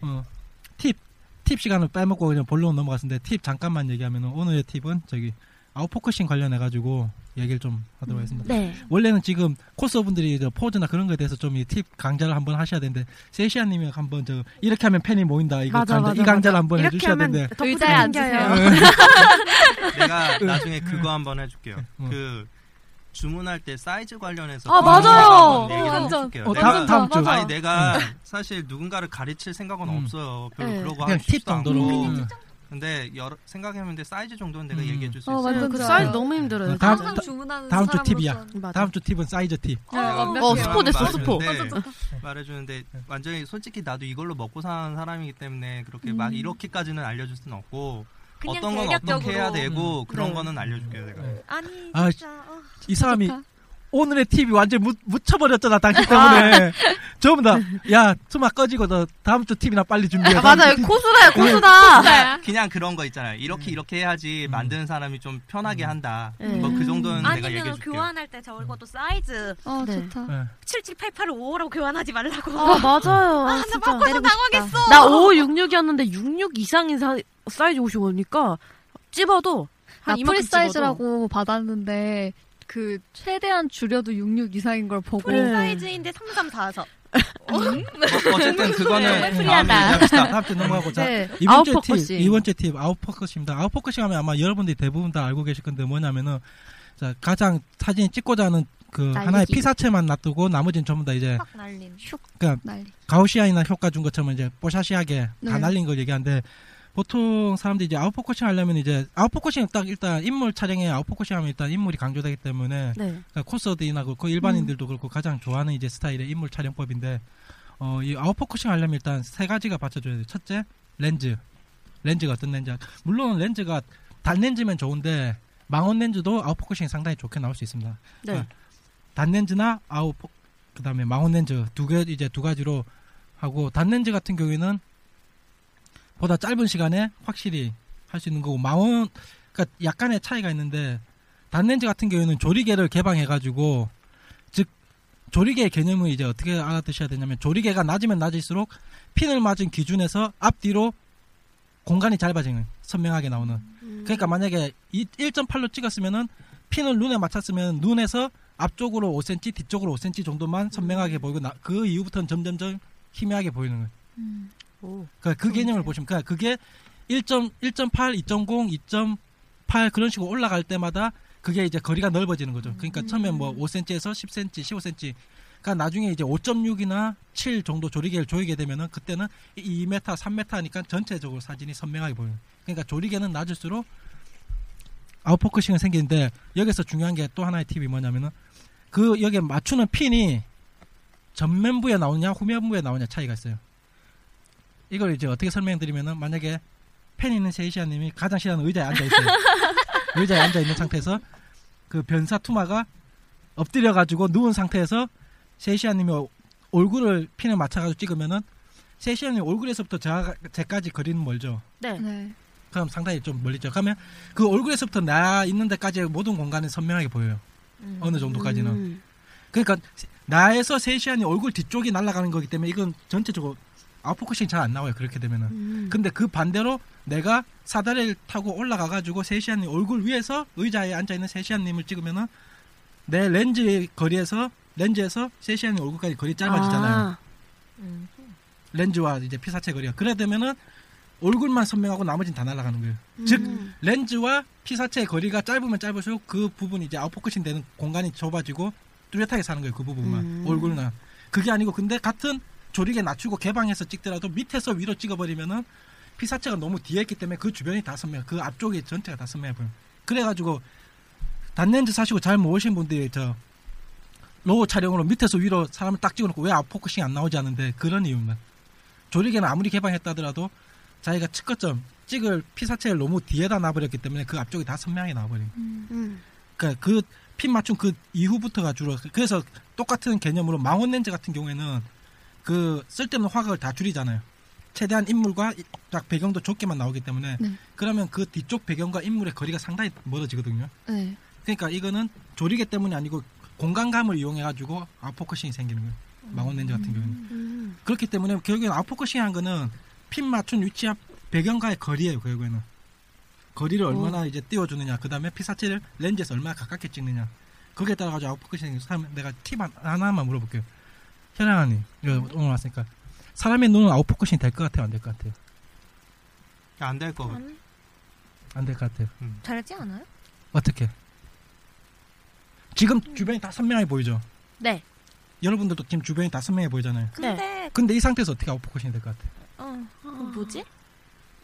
Speaker 1: 어팁팁 시간을 빼먹고 그냥 본론 넘어갔는데 팁 잠깐만 얘기하면은 오늘의 팁은 저기 아웃포커싱 관련해 가지고 얘기를 좀 하도록 하겠습니다.
Speaker 4: 네.
Speaker 1: 원래는 지금 코스분들이 저 포즈나 그런 거에 대해서 좀 이 팁 강좌를 한번 하셔야 되는데 세시아님이 한번 저 이렇게 하면 팬이 모인다 이거
Speaker 4: 맞아,
Speaker 1: 강좌,
Speaker 4: 맞아,
Speaker 1: 이 강좌를
Speaker 4: 맞아.
Speaker 1: 한번
Speaker 4: 이렇게
Speaker 1: 해주셔야
Speaker 4: 하면
Speaker 1: 되는데
Speaker 4: 덕분에 의자에 앉으세요. 어, 네.
Speaker 10: 내가 나중에 그거 한번 해줄게요.
Speaker 1: 네, 어.
Speaker 10: 그 주문할 때 사이즈 관련해서
Speaker 4: 아,
Speaker 10: 그거
Speaker 4: 맞아요.
Speaker 10: 한번 얘기를
Speaker 4: 어,
Speaker 10: 한번
Speaker 4: 완전.
Speaker 10: 해줄게요. 네.
Speaker 1: 어,
Speaker 10: 내가-
Speaker 1: 다음- 다음 주.
Speaker 10: 아니
Speaker 1: 맞아.
Speaker 10: 내가 사실 누군가를 가르칠 생각은 없어요. 별로
Speaker 1: 음.
Speaker 10: 그러고
Speaker 4: 네.
Speaker 1: 그냥
Speaker 10: 하고
Speaker 1: 팁
Speaker 10: 싶지도 않고.
Speaker 1: 정도로. 음.
Speaker 10: 근데 여러, 생각해보면 돼, 사이즈 정도는 내가 얘기해 줄 수
Speaker 4: 어,
Speaker 10: 있어요.
Speaker 4: 완전 그 좋아요. 사이즈 너무 힘들어요,
Speaker 1: 네, 다음,
Speaker 4: 진짜.
Speaker 1: 다-
Speaker 4: 주문하는
Speaker 1: 다음 주 팁이야.
Speaker 4: 사람으로서는. 맞아.
Speaker 1: 다음 주 팁은 사이즈 팁.
Speaker 3: 네,
Speaker 4: 어, 스포 됐어, 스포.
Speaker 10: 말해주는데, 말해주는데 완전히 솔직히 나도 이걸로 먹고 사는 사람이기 때문에 그렇게 막
Speaker 1: 음.
Speaker 10: 이렇게까지는 알려줄 순 없고
Speaker 2: 그냥
Speaker 10: 어떤 건 어떻게
Speaker 2: 대략적으로.
Speaker 10: 해야 되고
Speaker 2: 음.
Speaker 10: 그런
Speaker 2: 네.
Speaker 10: 거는 알려줄게요 내가.
Speaker 2: 아니
Speaker 1: 아,
Speaker 7: 어.
Speaker 1: 이 사람이 오늘의 팁이 완전 히 묻혀버렸잖아 당신 때문에. 전부 다, 야, 수마 꺼지고 너 다음 주 팁이나 빨리
Speaker 4: 네.
Speaker 1: 준비해.
Speaker 3: 아,
Speaker 1: 다음 주 팁.
Speaker 10: 그냥, 그냥 그런 거 있잖아요.
Speaker 11: 음.
Speaker 10: 이렇게 이렇게 해야지 만드는 사람이 좀 편하게 한다.
Speaker 4: 네.
Speaker 2: 음.
Speaker 10: 뭐 그 정도는 내가
Speaker 2: 아니면
Speaker 10: 얘기해줄게요.
Speaker 2: 교환할 때 저것도 사이즈.
Speaker 3: 어
Speaker 10: 네.
Speaker 2: 7788을 55라고 교환하지 말라고.
Speaker 4: 아 맞아요.
Speaker 2: 아, 나
Speaker 4: 진짜.
Speaker 2: 바꿔서 당황했어.
Speaker 4: 나 5566이었는데 66 이상인 사, 사이즈 55니까 찝어도
Speaker 3: 나
Speaker 4: 한 이만큼
Speaker 3: 프리 사이즈라고 받았는데 그 최대한 줄여도 66 이상인 걸 보고
Speaker 4: 네.
Speaker 2: 프리 사이즈인데 3344.
Speaker 10: 어쨌든 그거는
Speaker 3: 프리하다.
Speaker 10: 다음에 얘기합시다.
Speaker 1: 다음 주 넘어가고 자
Speaker 3: 네.
Speaker 1: 이번 주
Speaker 3: 아웃포커싱.
Speaker 1: 팁, 이번 주 팁, 아웃포커싱입니다. 아웃포커싱 하면 아마 여러분들이 대부분 다 알고 계실 건데 뭐냐면은 자 가장 사진 찍고자 하는 그
Speaker 3: 날리기.
Speaker 1: 하나의 피사체만 놔두고 나머지는 전부 다 이제
Speaker 2: 날림.
Speaker 3: 슉.
Speaker 1: 그러니까
Speaker 3: 날리.
Speaker 1: 가우시안이나 효과 준 것처럼 이제 뽀샤시하게
Speaker 3: 네.
Speaker 1: 다 날린 걸 얘기하는데 보통 사람들이 이제 아웃포커싱 하려면 이제 아웃포커싱 딱 일단 인물 촬영에 아웃포커싱 하면 일단 인물이 강조되기 때문에
Speaker 4: 네.
Speaker 1: 그러니까 코스어들이나 그렇고 일반인들도 그렇고 가장 좋아하는 이제 스타일의 인물 촬영법인데 어 이 아웃포커싱 하려면 일단 세 가지가 받쳐줘야 돼요. 첫째 렌즈 렌즈가 어떤 렌즈 물론 렌즈가 단 렌즈면 좋은데 망원 렌즈도 아웃포커싱이 상당히 좋게 나올 수 있습니다.
Speaker 4: 네.
Speaker 1: 그러니까 단 렌즈나 아웃 그다음에 망원 렌즈 두 개 이제 두 가지로 하고 단 렌즈 같은 경우에는 보다 짧은 시간에 확실히 할 수 있는 거고 망원 그러니까 약간의 차이가 있는데 단 렌즈 같은 경우에는 조리개를 개방해 가지고 즉 조리개의 개념을 이제 어떻게 알아두셔야 되냐면 조리개가 낮으면 낮을수록 핀을 맞은 기준에서 앞뒤로 공간이 짧아지는 선명하게 나오는 그러니까 만약에 이 1.8로 찍었으면은 핀을 눈에 맞췄으면 눈에서 앞쪽으로 5cm 뒤쪽으로 5cm 정도만 선명하게 보이고 나- 그 이후부터는 점점점 희미하게 보이는 거예요. 그러니까 그 개념을 보시면 그러니까 그게 1.1.8, 2.0, 2.8 그런 식으로 올라갈 때마다 그게 이제 거리가 넓어지는 거죠. 그러니까 처음에 뭐 5cm에서 10cm, 15cm 그러니까 나중에 이제 5.6이나 7 정도 조리개를 조이게 되면은 그때는 2m, 3m 하니까 전체적으로 사진이 선명하게 보여요. 그러니까 조리개는 낮을수록 아웃포커싱은 생기는데 여기서 중요한 게 또 하나의 팁이 뭐냐면은 그 여기에 맞추는 핀이 전면부에 나오냐 후면부에 나오냐 차이가 있어요. 이걸 이제 어떻게 설명드리면은 만약에 팬 있는 세이시아님이 가장 싫어하는 의자에 앉아 있어요. 의자에 앉아 있는 상태에서 그 변사 투마가 엎드려 가지고 누운 상태에서 세이시아님이 어- 얼굴을 핀을 맞춰가지고 찍으면은 세이시아님 얼굴에서부터 저- 제까지 거리는 멀죠.
Speaker 4: 네.
Speaker 1: 그럼 상당히 좀 멀리죠. 그러면 그 얼굴에서부터 나 있는 데까지의 모든 공간이 선명하게 보여요. 어느 정도까지는.
Speaker 4: 음.
Speaker 1: 그러니까 세- 나에서 세시안이 얼굴 뒤쪽이 날아가는 거기 때문에 이건 전체적으로 아웃포커싱이 잘 안 나와요. 그렇게 되면은.
Speaker 4: 음.
Speaker 1: 근데 그 반대로 내가 사다리를 타고 올라가 가지고 세시안이 얼굴 위에서 의자에 앉아 있는 세시안님을 찍으면은 내 렌즈 거리에서 렌즈에서 세시안이 얼굴까지 거리 짧아지잖아요.
Speaker 4: 아.
Speaker 1: 렌즈와 이제 피사체 거리가 그래 되면은 얼굴만 선명하고 나머지는 다 날아가는 거예요. 즉 렌즈와 피사체의 거리가 짧으면 짧을수록 그 부분이 이제 아웃포커싱 되는 공간이 좁아지고 뚜렷하게 사는 거예요. 그 부분만
Speaker 10: 음.
Speaker 1: 얼굴이나 그게 아니고 근데 같은 조리개 낮추고 개방해서 찍더라도 밑에서 위로 찍어버리면은 피사체가 너무 뒤에 있기 때문에 그 주변이 다 선명, 그 앞쪽이 전체가 다 선명해 보여요. 그래가지고 단렌즈 사시고 잘 모으신 분들이 저 로우 촬영으로 밑에서 위로 사람을 딱 찍어놓고 왜 아웃포커싱이 안 나오지 않는데 그런 이유만 조리개는 아무리 개방했다더라도 자기가 측거점 찍을 피사체를 너무 뒤에다 놔버렸기 때문에 그 앞쪽이 다 선명하게 나와버린 거예요.
Speaker 2: 음.
Speaker 1: 그러니까 그 핀 맞춤 그 이후부터가 주로 그래서 똑같은 개념으로 망원 렌즈 같은 경우에는 그 쓸데없는 화각을 다 줄이잖아요. 최대한 인물과 이- 딱 배경도 좁게만 나오기 때문에
Speaker 3: 네.
Speaker 1: 그러면 그 뒤쪽 배경과 인물의 거리가 상당히 멀어지거든요.
Speaker 3: 네.
Speaker 1: 그러니까 이거는 조리개 때문이 아니고 공간감을 이용해 가지고 아포커싱이 생기는 거예요. 망원 렌즈 같은 경우는.
Speaker 2: 음,
Speaker 1: 그렇기 때문에 결국엔 아웃포커싱한 거는 핀 맞춘 위치 앞 배경과의 거리예요 결국에는
Speaker 2: 어.
Speaker 1: 거리를 얼마나 이제 띄워주느냐 그 다음에 피사체를 렌즈에서 얼마나 가깝게 찍느냐 거기에 따라 가지고 아웃포커싱 사람 내가 팁 한- 하나만 물어볼게요 현아님
Speaker 2: 음.
Speaker 1: 오늘 왔으니까 사람의 눈은 아웃포커싱 될 것 같아요 안 될 것 같아요
Speaker 10: 안 될 음. 거. 같아.
Speaker 1: 안 될 것 같아요
Speaker 2: 다르지 않아요?
Speaker 1: 어떻게 지금 주변이 다 선명해 보이죠
Speaker 4: 네.
Speaker 1: 여러분들도 지금 주변이
Speaker 7: 네.
Speaker 1: 다 선명해 보이잖아요
Speaker 2: 근데
Speaker 1: 근데 이 상태에서 어떻게 아웃포커싱이 될 것 같아요
Speaker 2: 어, 어 뭐지?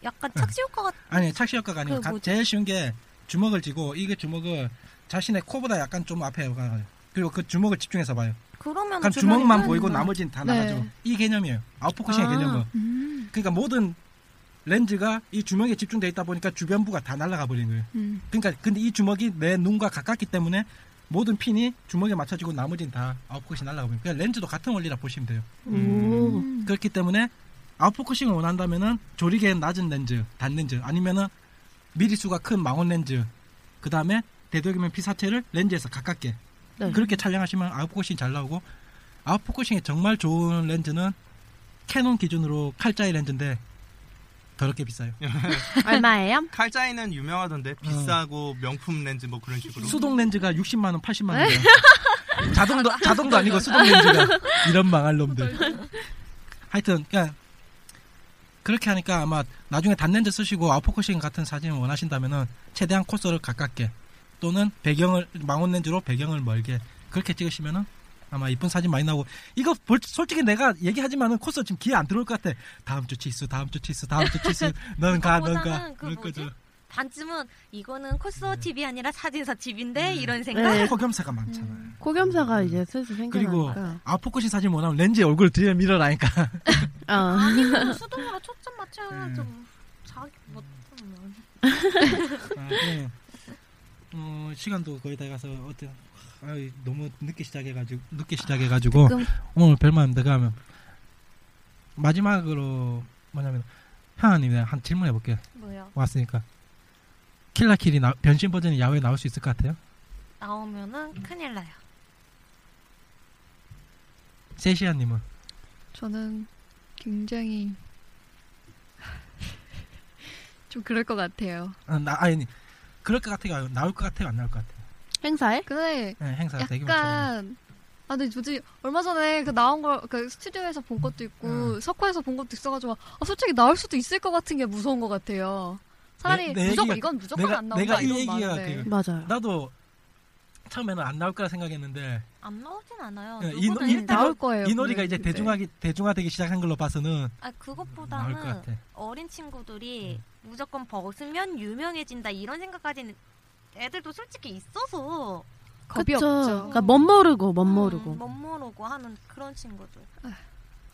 Speaker 7: 약간 착시 효과 같은
Speaker 1: 아니 착시 효과가 아니고
Speaker 7: 그
Speaker 1: 가-
Speaker 7: 뭐지?
Speaker 1: 제일 쉬운 게 주먹을 쥐고 이게 주먹을 자신의 코보다 약간 좀 앞에 가요. 그리고 그 주먹을 집중해서 봐요.
Speaker 7: 그러면
Speaker 1: 그럼 주먹만 보이고 나머지는 다 나가죠. 이 개념이에요. 아웃포커싱의
Speaker 7: 아.
Speaker 1: 개념은.
Speaker 3: 음.
Speaker 1: 그러니까 모든 렌즈가 이 주먹에 집중돼 있다 보니까 주변부가 다 날아가 버리는 거예요.
Speaker 3: 음.
Speaker 1: 그러니까 근데 이 주먹이 내 눈과 가깝기 때문에 모든 핀이 주먹에 맞춰지고 나머지는 다 아웃포커싱 날아가 버려요. 그러니까 렌즈도 같은 원리라 보시면 돼요. 그렇기 때문에 아웃포커싱을 원한다면은 조리개 낮은 렌즈, 단 렌즈 아니면은 미리수가 큰 망원 렌즈 그 다음에 되도록이면 피사체를 렌즈에서 가깝게
Speaker 4: 네.
Speaker 1: 그렇게 촬영하시면 아웃포커싱 잘 나오고 아웃포커싱에 정말 좋은 렌즈는 캐논 기준으로 칼자이 렌즈인데 더럽게 비싸요.
Speaker 7: 얼마예요?
Speaker 10: 칼자이는 유명하던데 비싸고 명품 렌즈 뭐 그런 식으로.
Speaker 1: 수동 렌즈가 60만 원, 80만
Speaker 2: 네.
Speaker 1: 원. 자동도 자동도 아니고 수동 렌즈가 이런 망할 놈들. 하여튼 그냥 그렇게 하니까 아마 나중에 단렌즈 쓰시고 아웃포커싱 같은 사진을 원하신다면은 최대한 코스를 가깝게 또는 배경을 망원 렌즈로 배경을 멀게 그렇게 찍으시면은 아마 이쁜 사진 많이 나오고 이거 볼- 솔직히 내가 얘기하지만은 코스 지금 기회 안 들어올 것 같아. 다음 주 치수, 다음 주 치수, 다음 주 치수. 넌 가, 넌 가.
Speaker 2: 그거보다는 그
Speaker 1: 그럴
Speaker 2: 뭐지?
Speaker 1: 거죠.
Speaker 2: 반쯤은 이거는 코스어
Speaker 1: 음.
Speaker 2: TV 아니라 사진사 TV인데 이런 생각.
Speaker 1: 허겸사가 네. 많잖아.
Speaker 4: 코겸사가 이제 슬슬
Speaker 1: 그리고
Speaker 4: 생겨나니까.
Speaker 1: 아웃포커싱 사진 원하면 렌즈에 얼굴을 들여 밀어라니까.
Speaker 2: 아니 그 수동으로 초점
Speaker 1: 음.
Speaker 2: 맞춰야죠. 자기 뭐.
Speaker 1: 아, 그래요. 어, 시간도 거의 다 가서 어때? 아유, 너무 늦게 시작해가지고 늦게 시작해가지고
Speaker 12: 조금.
Speaker 1: 오늘 별말입니다. 그러면 마지막으로 뭐냐면 하나님 내가 한 질문해 볼게요.
Speaker 2: 뭐요?
Speaker 1: 왔으니까 킬라킬이 나- 변신 버전이 야외에 나올 수 있을 것 같아요?
Speaker 2: 나오면은 큰일 나요.
Speaker 1: 세시아님은
Speaker 3: 저는 굉장히 좀 그럴 것 같아요.
Speaker 1: 아, 나 아니 그럴 것 같아요. 나올 것 같아요. 안 나올 것 같아요.
Speaker 4: 행사에?
Speaker 3: 근데
Speaker 1: 네, 행사 되게
Speaker 3: 약간 아 근데 뭐지 얼마 전에 그 나온 걸그 스튜디오에서 본 것도 있고
Speaker 1: 음.
Speaker 3: 석화에서 본 것도 있어가지고 아, 솔직히 나올 수도 있을 것 같은 게 무서운 것 같아요. 차라리
Speaker 1: 내- 내
Speaker 3: 무조건
Speaker 1: 얘기가-
Speaker 3: 이건 무조건
Speaker 1: 내가-
Speaker 3: 안 나온다 네.
Speaker 1: 내가 이
Speaker 3: 이런
Speaker 1: 얘기가
Speaker 3: 마음인데.
Speaker 1: 그- 나도 처음에는 안 나올 거라 생각했는데
Speaker 2: 안 나오진 않아요.
Speaker 1: 예,
Speaker 2: 누구나
Speaker 3: 음,
Speaker 1: 이-
Speaker 2: 일단
Speaker 1: 이노-
Speaker 4: 네,
Speaker 1: 이놀이가 이제 대중화기 대중화되기 시작한 걸로 봐서는
Speaker 2: 아
Speaker 1: 나올 것 같아. 네.
Speaker 2: 그것보다는 어린 친구들이 무조건 벗으면 유명해진다 이런 생각까지는 애들도 솔직히 있어서
Speaker 4: 그쵸. 그러니까 멋모르고 음, 멋모르고
Speaker 2: 못 모르고 음, 하는 그런 친구들.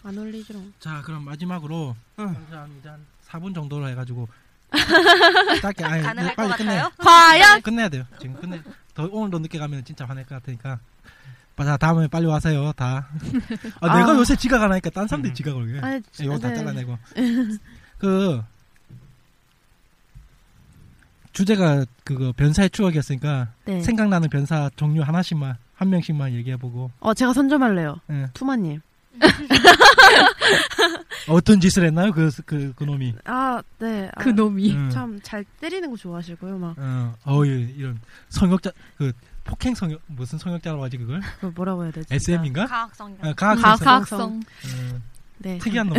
Speaker 4: 안 올리기로.
Speaker 1: 자 그럼 마지막으로 감사합니다. 4분 정도로 해가지고 짧게 아예
Speaker 4: 가능할
Speaker 1: 빨리
Speaker 4: 것
Speaker 1: 끝내요.
Speaker 4: 같아요? 과연?
Speaker 1: 끝내야 돼요. 지금 끝내 더 오늘도 늦게 가면 진짜 화낼 것 같으니까. 자 다음에 빨리 와세요 다. 아, 내가
Speaker 4: 아.
Speaker 1: 요새 지각 안 하니까 딴 사람들이 지각을 걸게.
Speaker 4: 아니,
Speaker 1: 이거 다
Speaker 4: 네.
Speaker 1: 잘라내고. 그 주제가 그거 변사의 추억이었으니까
Speaker 4: 네.
Speaker 1: 생각나는 변사 종류 하나씩만 한 명씩만 얘기해보고
Speaker 4: 어 제가 선점할래요.
Speaker 1: 예.
Speaker 4: 투마님.
Speaker 1: 어떤 짓을 했나요 그그 그, 그 놈이.
Speaker 4: 아, 네. 아,
Speaker 1: 그 놈이. 음.
Speaker 4: 참 잘 때리는 거 좋아하시고요. 막
Speaker 1: 어, 어우 이런 성역자 그 폭행 성역 무슨 성역자라고 하지 그걸?
Speaker 4: 그 뭐라고 해야 되지?
Speaker 1: SM인가? 아,
Speaker 4: 가학성.
Speaker 1: 가학성.
Speaker 3: 아,
Speaker 4: 가학성.
Speaker 1: 어,
Speaker 4: 네.
Speaker 1: 특이한 놈.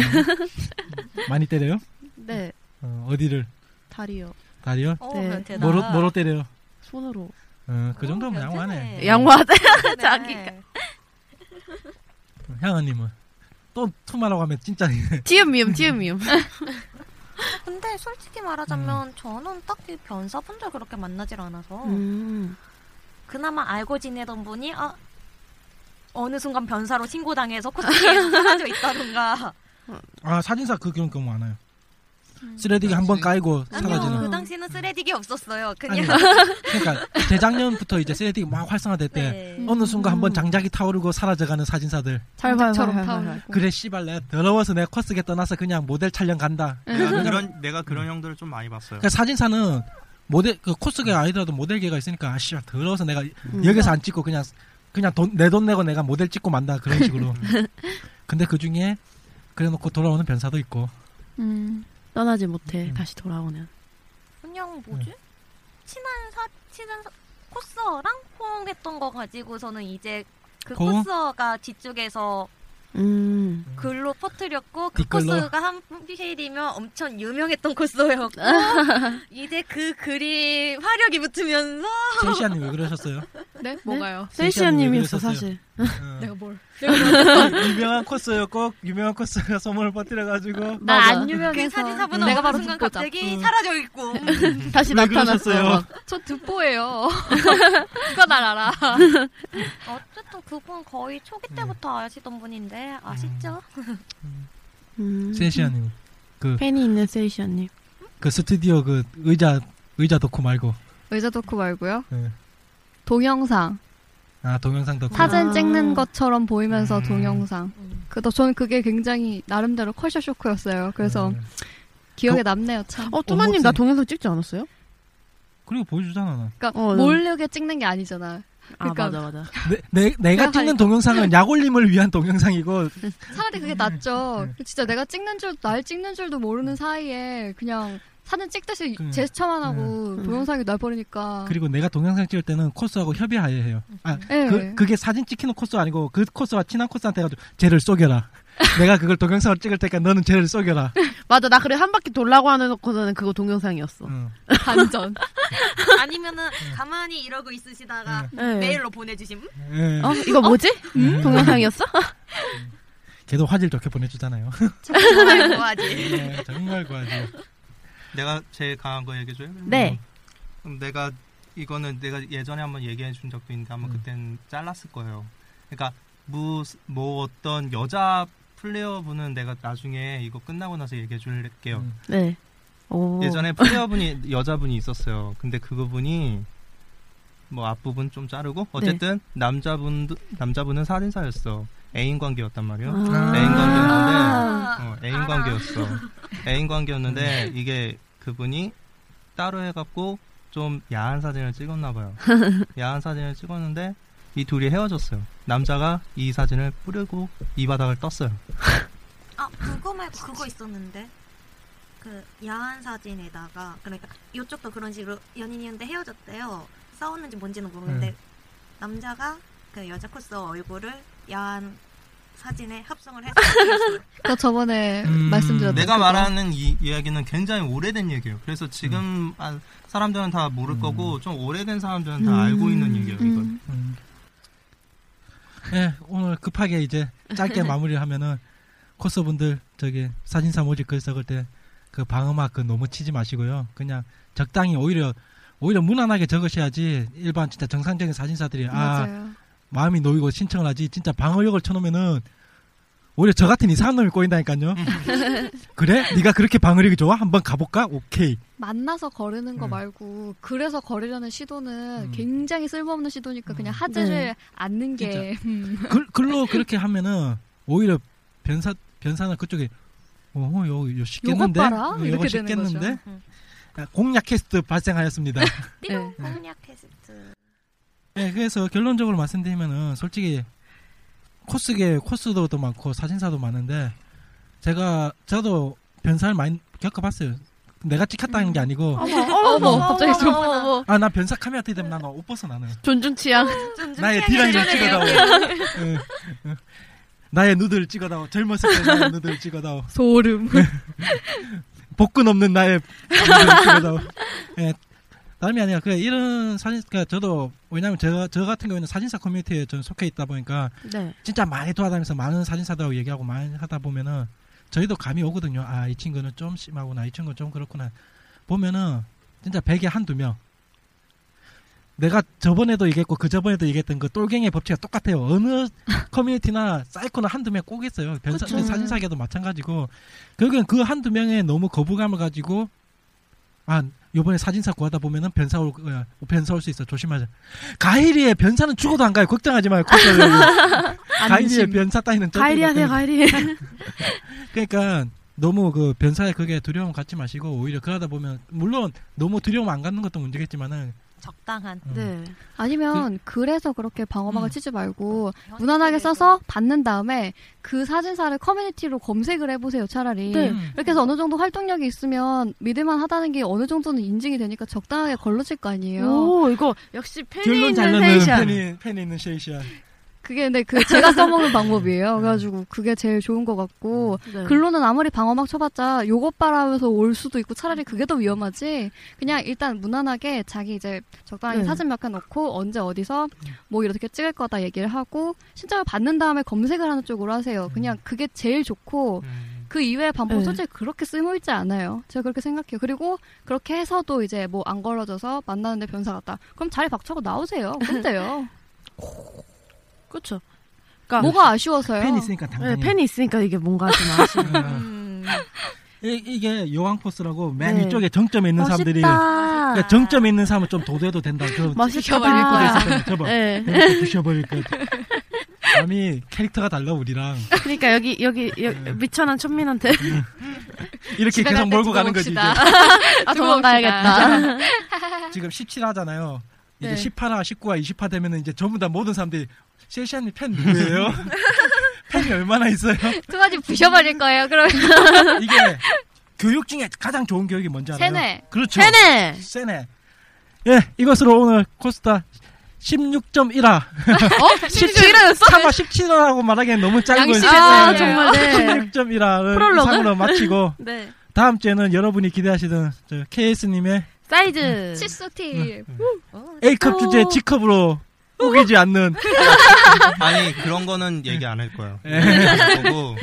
Speaker 1: 많이 때려요?
Speaker 4: 네.
Speaker 1: 어, 어디를?
Speaker 4: 다리요.
Speaker 1: 다리요?
Speaker 4: 어, 네. 변태다.
Speaker 1: 뭐로 뭐로 때려요?
Speaker 4: 손으로.
Speaker 1: 어, 그 정도면 양호하네.
Speaker 4: 양호하다. 자기가.
Speaker 1: 향아님은 또 투마라고 하면 진짜.
Speaker 4: 티음미음 티음미음.
Speaker 2: 근데 솔직히 말하자면
Speaker 1: 음.
Speaker 2: 저는 딱히 변사분들 그렇게 만나질 않아서
Speaker 4: 음.
Speaker 2: 그나마 알고 지내던 분이 아 어느 순간 변사로 신고당해서 코스프레에서 사라져 있다던가
Speaker 1: 아 사진사 그 그런 경우 많아요. 아, 쓰레기기 한 번 까이고
Speaker 2: 아니요 그
Speaker 1: 사라지는. 음.
Speaker 2: 당시는 쓰레기가 없었어요
Speaker 1: 아니,
Speaker 2: 그냥
Speaker 1: 그러니까 재작년부터 이제 쓰레기가 막 활성화될 때
Speaker 2: 네.
Speaker 4: 음.
Speaker 1: 어느 순간
Speaker 3: 음.
Speaker 1: 한번 장작이 타오르고 사라져가는 사진사들.
Speaker 4: 잘 봐요. 잘
Speaker 10: 장작처럼
Speaker 4: 봐요. 잘
Speaker 10: 타오르고.
Speaker 4: 봐요.
Speaker 1: 그래 씨발 내가 더러워서 내가 코스게 떠나서 그냥 모델 촬영 간다.
Speaker 3: 음.
Speaker 10: 내가 그런 내가 그런 형들을 좀 많이 봤어요.
Speaker 1: 그러니까 사진사는 모델 그 코스게 아니더라도 모델계가 있으니까 아 씨발 더러워서 내가
Speaker 3: 음.
Speaker 1: 여기서 안 찍고 그냥 그냥 내 돈 내고 내가 모델 찍고 만다 그런 식으로. 근데 그 중에 그래놓고 돌아오는 변사도 있고.
Speaker 4: 음. 떠나지 못해 다시 돌아오는.
Speaker 2: 그냥
Speaker 1: 음.
Speaker 2: 뭐지 친한 사 친한 사, 코스어랑 호응했던 거 가지고서는 이제 그
Speaker 4: 호응?
Speaker 2: 코스어가 뒤쪽에서
Speaker 4: 음.
Speaker 2: 글로 퍼뜨렸고 그
Speaker 4: 댓글로?
Speaker 2: 코스가 한 필이면 엄청 유명했던 코스였고 이제 그 글이 화력이 붙으면서
Speaker 1: 세시아님 왜 그러셨어요?
Speaker 3: 네?
Speaker 1: 음.
Speaker 3: 뭐가요?
Speaker 4: 셀시아님이었어
Speaker 10: 그랬었어요.
Speaker 4: 사실.
Speaker 3: 내가 뭘?
Speaker 10: 유명한 코스였고 유명한 코스가 소문을 퍼뜨려가지고
Speaker 3: 나 안 유명해서
Speaker 2: 그
Speaker 3: 음,
Speaker 2: 사진사분은
Speaker 3: 내가
Speaker 2: 내가
Speaker 3: 바로
Speaker 2: 바로 순간
Speaker 3: 듣보자.
Speaker 2: 갑자기
Speaker 3: 음.
Speaker 2: 사라져 있고
Speaker 3: 다시
Speaker 10: 왜 그러셨어요?
Speaker 3: 나타났어요. 저 듣보예요. 누가 날 알아?
Speaker 2: 어쨌든 그분 거의 초기 때부터 아시던 분인데 아시죠?
Speaker 1: 센시아님 그,
Speaker 4: 음. 팬이 있는 셀시아님.
Speaker 1: 그 스튜디오 그 의자 의자 덕후 말고
Speaker 3: 의자 덕후 말고요.
Speaker 1: 네.
Speaker 3: 동영상.
Speaker 1: 아 동영상 덕후
Speaker 3: 사진 찍는 것처럼 보이면서 동영상. 그래서 저는 그게 굉장히 나름대로 컬셔 쇼크였어요. 그래서
Speaker 1: 음.
Speaker 10: 네.
Speaker 3: 기억에 남네요, 참.
Speaker 4: 어 또마님 나 동영상 찍지 않았어요?
Speaker 10: 그리고 보여주잖아 나.
Speaker 3: 그러니까
Speaker 4: 어,
Speaker 3: 모르게 찍는 게 아니잖아.
Speaker 4: 아,
Speaker 3: 그러니까
Speaker 4: 맞아, 맞아.
Speaker 1: 네, 내, 내가
Speaker 3: 내가 어.
Speaker 1: 찍는
Speaker 3: 가니까.
Speaker 1: 동영상은 약올림을 위한 동영상이고
Speaker 3: 차라리 그게 낫죠. 진짜 내가 찍는 줄, 날 찍는 줄도 모르는 사이에 그냥 사진 찍듯이
Speaker 1: 그,
Speaker 3: 제스처만 하고 동영상이 날버리니까.
Speaker 1: 그리고 내가 동영상 찍을 때는 코스하고 협의하에 해요. 아,
Speaker 3: 예.
Speaker 1: 그, 그게 사진 찍히는 코스 아니고 그 코스와 친한 코스한테 해가지고 쟤를 쏘겨라. 내가 그걸 동영상을 찍을 테니까 너는 쟤를 쏘겨라.
Speaker 3: 네.
Speaker 4: 맞아 나 그래 한 바퀴 돌라고 하는 거는 그거
Speaker 1: 음.
Speaker 4: 동영상이었어.
Speaker 3: 반전.
Speaker 2: 아니면은 가만히 이러고 있으시다가
Speaker 4: 네.
Speaker 2: 메일로 보내주심.
Speaker 1: 예.
Speaker 4: 어 이거 뭐지? 음? 동영상이었어?
Speaker 1: 걔도 화질 좋게 보내주잖아요.
Speaker 2: 정말 뭐하지?
Speaker 1: 예, 정말 과하지.
Speaker 10: 내가 제일 강한 거 얘기해줘요?
Speaker 4: 네.
Speaker 10: 그럼 내가 이거는 내가 예전에 한번 얘기해 준 적도 있는데 아마 그때는 잘랐을 거예요. 그러니까 무, 뭐 어떤 여자 플레이어분은 내가 나중에 이거 끝나고 나서 얘기해 줄게요.
Speaker 4: 네. 오.
Speaker 10: 예전에 플레이어분이 여자분이 있었어요. 근데 그분이 뭐 앞부분 좀
Speaker 4: 네.
Speaker 10: 자르고 어쨌든 남자분 남자분은 살인사였어. 애인 관계였단 말이에요.
Speaker 12: 아.
Speaker 1: 네,
Speaker 10: 애인
Speaker 12: 아.
Speaker 10: 관계였는데 어, 애인 관계였어. 애인 관계였는데 이게 그분이 따로 해갖고 좀 야한 사진을 찍었나 봐요. 야한 사진을 찍었는데 이 둘이 헤어졌어요. 남자가 이 사진을 뿌리고 이 바닥을 떴어요.
Speaker 2: 아 그거 말고 그거 있었는데 그 야한 사진에다가 그러니까 이쪽도 그런 식으로 연인이었는데 헤어졌대요. 싸웠는지 뭔지는 모르는데
Speaker 1: 음.
Speaker 12: 네.
Speaker 2: 남자가 그 여자 코스어 얼굴을 야한 사진에 합성을 했어요.
Speaker 3: 그 저번에 말씀드렸던
Speaker 10: 내가
Speaker 3: 그거.
Speaker 10: 말하는 이 이야기는 굉장히 오래된 얘기예요. 그래서 지금 아, 사람들은 다 모를 거고 좀 오래된 사람들은 다
Speaker 1: 음.
Speaker 10: 알고 있는 얘기예요. 이걸.
Speaker 1: 예, 오늘 급하게 이제 짧게 마무리를 하면은 코스분들 저기 사진사 모집 글 적을 때 그 방음악 그 너무 치지 마시고요. 그냥 적당히 오히려 오히려 무난하게 적으셔야지 일반 진짜 정상적인 사진사들이
Speaker 12: 맞아요.
Speaker 1: 아 마음이 놓이고 신청을 하지 진짜 방어력을 쳐놓으면은 오히려 저 같은 이상한 놈이 꼬인다니까요. 그래? 네가 그렇게 방어력이 좋아? 한번 가볼까? 오케이.
Speaker 3: 만나서 거르는 거 말고 그래서 거르려는 시도는 굉장히 쓸모없는 시도니까 그냥
Speaker 1: 네.
Speaker 3: 하지를 않는 게 음.
Speaker 1: 글, 글로 그렇게 하면은 오히려 변사 변사는 그쪽에 어허 요, 요 쉽겠는데
Speaker 3: 요것 봐라?
Speaker 1: 어,
Speaker 3: 이렇게
Speaker 1: 요거
Speaker 3: 되는
Speaker 1: 쉽겠는데
Speaker 3: 거죠. 음.
Speaker 1: 아, 공략 캐스트 발생하였습니다.
Speaker 2: 띠용 공략 캐스트.
Speaker 1: 네, 그래서 결론적으로 말씀드리면은 솔직히 코스계 코스도도 많고 사진사도 많은데 제가 저도 변사를 많이 겪어봤어요. 내가 찍혔다는
Speaker 3: 음.
Speaker 1: 게 아니고
Speaker 4: 어머, 어머, 어머, 갑자기 어머, 좀- 어머, 어머.
Speaker 1: 아 나 변사 카메라 뜨기 때문에 나옷 벗어나는
Speaker 4: 존중 취향.
Speaker 1: 나의 디라인 좀 찍어다오. 예, 예. 나의 누드를 찍어다오. 젊었을 때 나의 누드를 찍어다오.
Speaker 3: 소름.
Speaker 4: 네.
Speaker 1: 복근 없는 나의 누드를 찍어다오. 예. 다름이 아니라 그 이런 사진 그러니까 저도 왜냐면 제가 저 같은 경우에는 사진사 커뮤니티에 좀 속해 있다 보니까
Speaker 4: 네.
Speaker 1: 진짜 많이 돌아다니면서 많은 사진사들하고 얘기하고 많이 하다 보면은 저희도 감이 오거든요. 아 이 친구는 좀 심하구나. 이 친구는 좀 그렇구나. 보면은 진짜 백에 한두 명. 내가 저번에도 얘기했고 그 저번에도 얘기했던 그 똘갱이의 법칙과 똑같아요. 어느 커뮤니티나 사이코나 한두 명 꼭 있어요. 변사,
Speaker 12: 그쵸.
Speaker 1: 사진사계도 마찬가지고 결국엔 그 한두 명에 너무 거부감을 가지고 아 요번에 사진사 구하다 보면은 변사 올 거야. 변사 올 수 있어. 조심하자. 가이리의 변사는 죽어도 안 가요. 걱정하지 말고. 가이리의
Speaker 4: 안심.
Speaker 1: 변사 따위는 절대
Speaker 4: 가이리 하세요,
Speaker 1: 걱정하지
Speaker 4: 가이리.
Speaker 1: 그러니까 너무 그 변사에 그게 두려움 갖지 마시고 오히려 그러다 보면 물론 너무 두려움 안 갖는 것도 문제겠지만은
Speaker 2: 적당한.
Speaker 3: 음.
Speaker 4: 네. 음.
Speaker 3: 아니면 그, 래서 그렇게 방어막을 치지 말고 무난하게 써서 받는 다음에 그 사진사를 커뮤니티로 검색을 해보세요 차라리
Speaker 4: 네.
Speaker 1: 음.
Speaker 3: 이렇게 해서 어느 정도 활동력이 있으면 믿을만 하다는 게 어느 정도는 인증이 되니까 적당하게 걸러질 거 아니에요
Speaker 4: 오 이거 역시 팬이
Speaker 1: 결론
Speaker 4: 있는
Speaker 1: 잘 나는
Speaker 4: 셀시아.
Speaker 1: 팬이 팬이 있는 셰이시아.
Speaker 3: 그게 근데 그 제가 써먹는
Speaker 4: 네.
Speaker 3: 방법이에요. 그래가지고 그게 제일 좋은 것
Speaker 4: 음.
Speaker 3: 같고
Speaker 12: 네.
Speaker 3: 글로는 아무리 방어막 쳐봤자 요것 바라면서 올 수도 있고 차라리 그게 더 위험하지. 그냥 일단 무난하게 자기 이제 적당히
Speaker 12: 네.
Speaker 3: 사진 몇 개 넣고 언제 어디서 뭐 이렇게 찍을 거다 얘기를 하고 신청을 받는 다음에 검색을 하는 쪽으로 하세요. 그냥 그게 제일 좋고
Speaker 4: 음.
Speaker 3: 그 이외의 반복
Speaker 12: 네.
Speaker 3: 솔직히 그렇게 쓸모있지 않아요. 제가 그렇게 생각해요. 그리고 그렇게 해서도 이제 뭐 안 걸러져서 만나는데 변사 같다. 그럼 자리 박차고 나오세요. 근데요.
Speaker 4: 그렇죠.
Speaker 3: 뭐가 아쉬워서요?
Speaker 1: 팬이 있으니까 당연히.
Speaker 4: 네, 팬이 있으니까 이게 뭔가 좀 아쉬워.
Speaker 1: 이- 이게 여왕 코스라고 맨
Speaker 4: 네.
Speaker 1: 위쪽에 정점에 있는
Speaker 4: 멋있다.
Speaker 1: 사람들이 그러니까 정점에 있는 사람은 좀 도대도 된다. 그럼
Speaker 4: 멋있다.
Speaker 1: 저봐.
Speaker 4: 네.
Speaker 1: 부셔버릴 것. 같아. 감히 캐릭터가 달라 우리랑
Speaker 4: 그러니까 여기 여기,
Speaker 10: 네.
Speaker 4: 여기 미천한 천민한테
Speaker 1: 이렇게
Speaker 4: 집에 갈
Speaker 1: 계속
Speaker 4: 때
Speaker 1: 몰고 가는 거지 이제.
Speaker 3: 네.
Speaker 4: 들어봅시다. 아, 도망가야겠다.
Speaker 1: 지금 17화잖아요. 이제
Speaker 4: 네.
Speaker 1: 18화, 19화, 20화 되면은 이제 전부 다 모든 사람들이 셀시안이 팬 누구예요? 팬이 얼마나 있어요?
Speaker 3: 두 가지 부셔버릴 거예요. 그러면
Speaker 1: 이게 교육 중에 가장 좋은 교육이 뭔지 알아요?
Speaker 3: 세뇌.
Speaker 1: 그렇죠.
Speaker 3: 세뇌.
Speaker 1: 세뇌. 예, 이것으로 오늘 코스타 16.1화.
Speaker 4: 어? 17화였어?
Speaker 1: 3화 17화라고 말하기엔 너무 짧은
Speaker 4: 양심의 아, 정말, 네.
Speaker 1: 16.1화를
Speaker 4: 프롤로그?
Speaker 1: 이상으로 마치고
Speaker 4: 네.
Speaker 1: 다음 주에는 여러분이 기대하시던 저 KS님의
Speaker 4: 사이즈
Speaker 3: 칫솔팁
Speaker 1: A컵 주제 G컵으로 우기지 않는
Speaker 10: 아니 그런 거는 얘기 안 할 거예요.
Speaker 1: 예.
Speaker 10: 그리고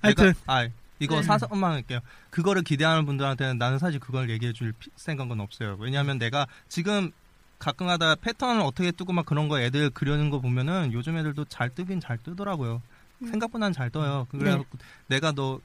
Speaker 1: 하여튼.
Speaker 10: 내가- 아 이거
Speaker 1: 네.
Speaker 10: 사서만 할게요. 그거를 기대하는 분들한테는 나는 사실 그걸 얘기해 줄 피- 생각은 없어요. 왜냐하면 내가 지금 가끔 하다 패턴을 어떻게 뜨고 막 그런 거 애들 그려는 거 보면은 요즘 애들도 잘 뜨긴 잘 뜨더라고요.
Speaker 13: 음.
Speaker 10: 생각보다는 잘 떠요. 그래 고 내가 너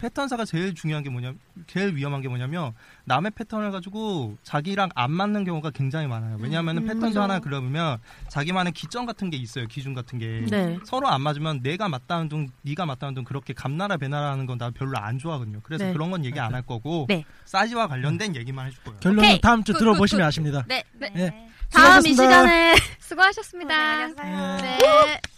Speaker 10: 패턴사가 제일 중요한 게 뭐냐면 제일 위험한 게 뭐냐면 남의 패턴을 가지고 자기랑 안 맞는 경우가 굉장히 많아요. 왜냐하면
Speaker 13: 음,
Speaker 10: 패턴도
Speaker 13: 맞아요.
Speaker 10: 하나 그려보면 자기만의 기점 같은 게 있어요. 기준 같은 게
Speaker 13: 네.
Speaker 10: 음. 서로 안 맞으면 내가 맞다는 둥, 네가 맞다는 둥 그렇게 감나라 배나라 하는 건 나 별로 안 좋아하거든요. 그래서
Speaker 1: 네.
Speaker 10: 그런 건 얘기 안 할 거고
Speaker 1: 네.
Speaker 10: 사이즈와 관련된 얘기만 해줄 거예요.
Speaker 1: 결론은
Speaker 10: 오케이.
Speaker 1: 다음 주
Speaker 10: 굿,
Speaker 1: 들어보시면
Speaker 10: 굿, 굿.
Speaker 1: 아십니다.
Speaker 3: 네.
Speaker 1: 예.
Speaker 3: 다음 이
Speaker 1: 수고하셨습니다.
Speaker 3: 시간에 수고하셨습니다. 네.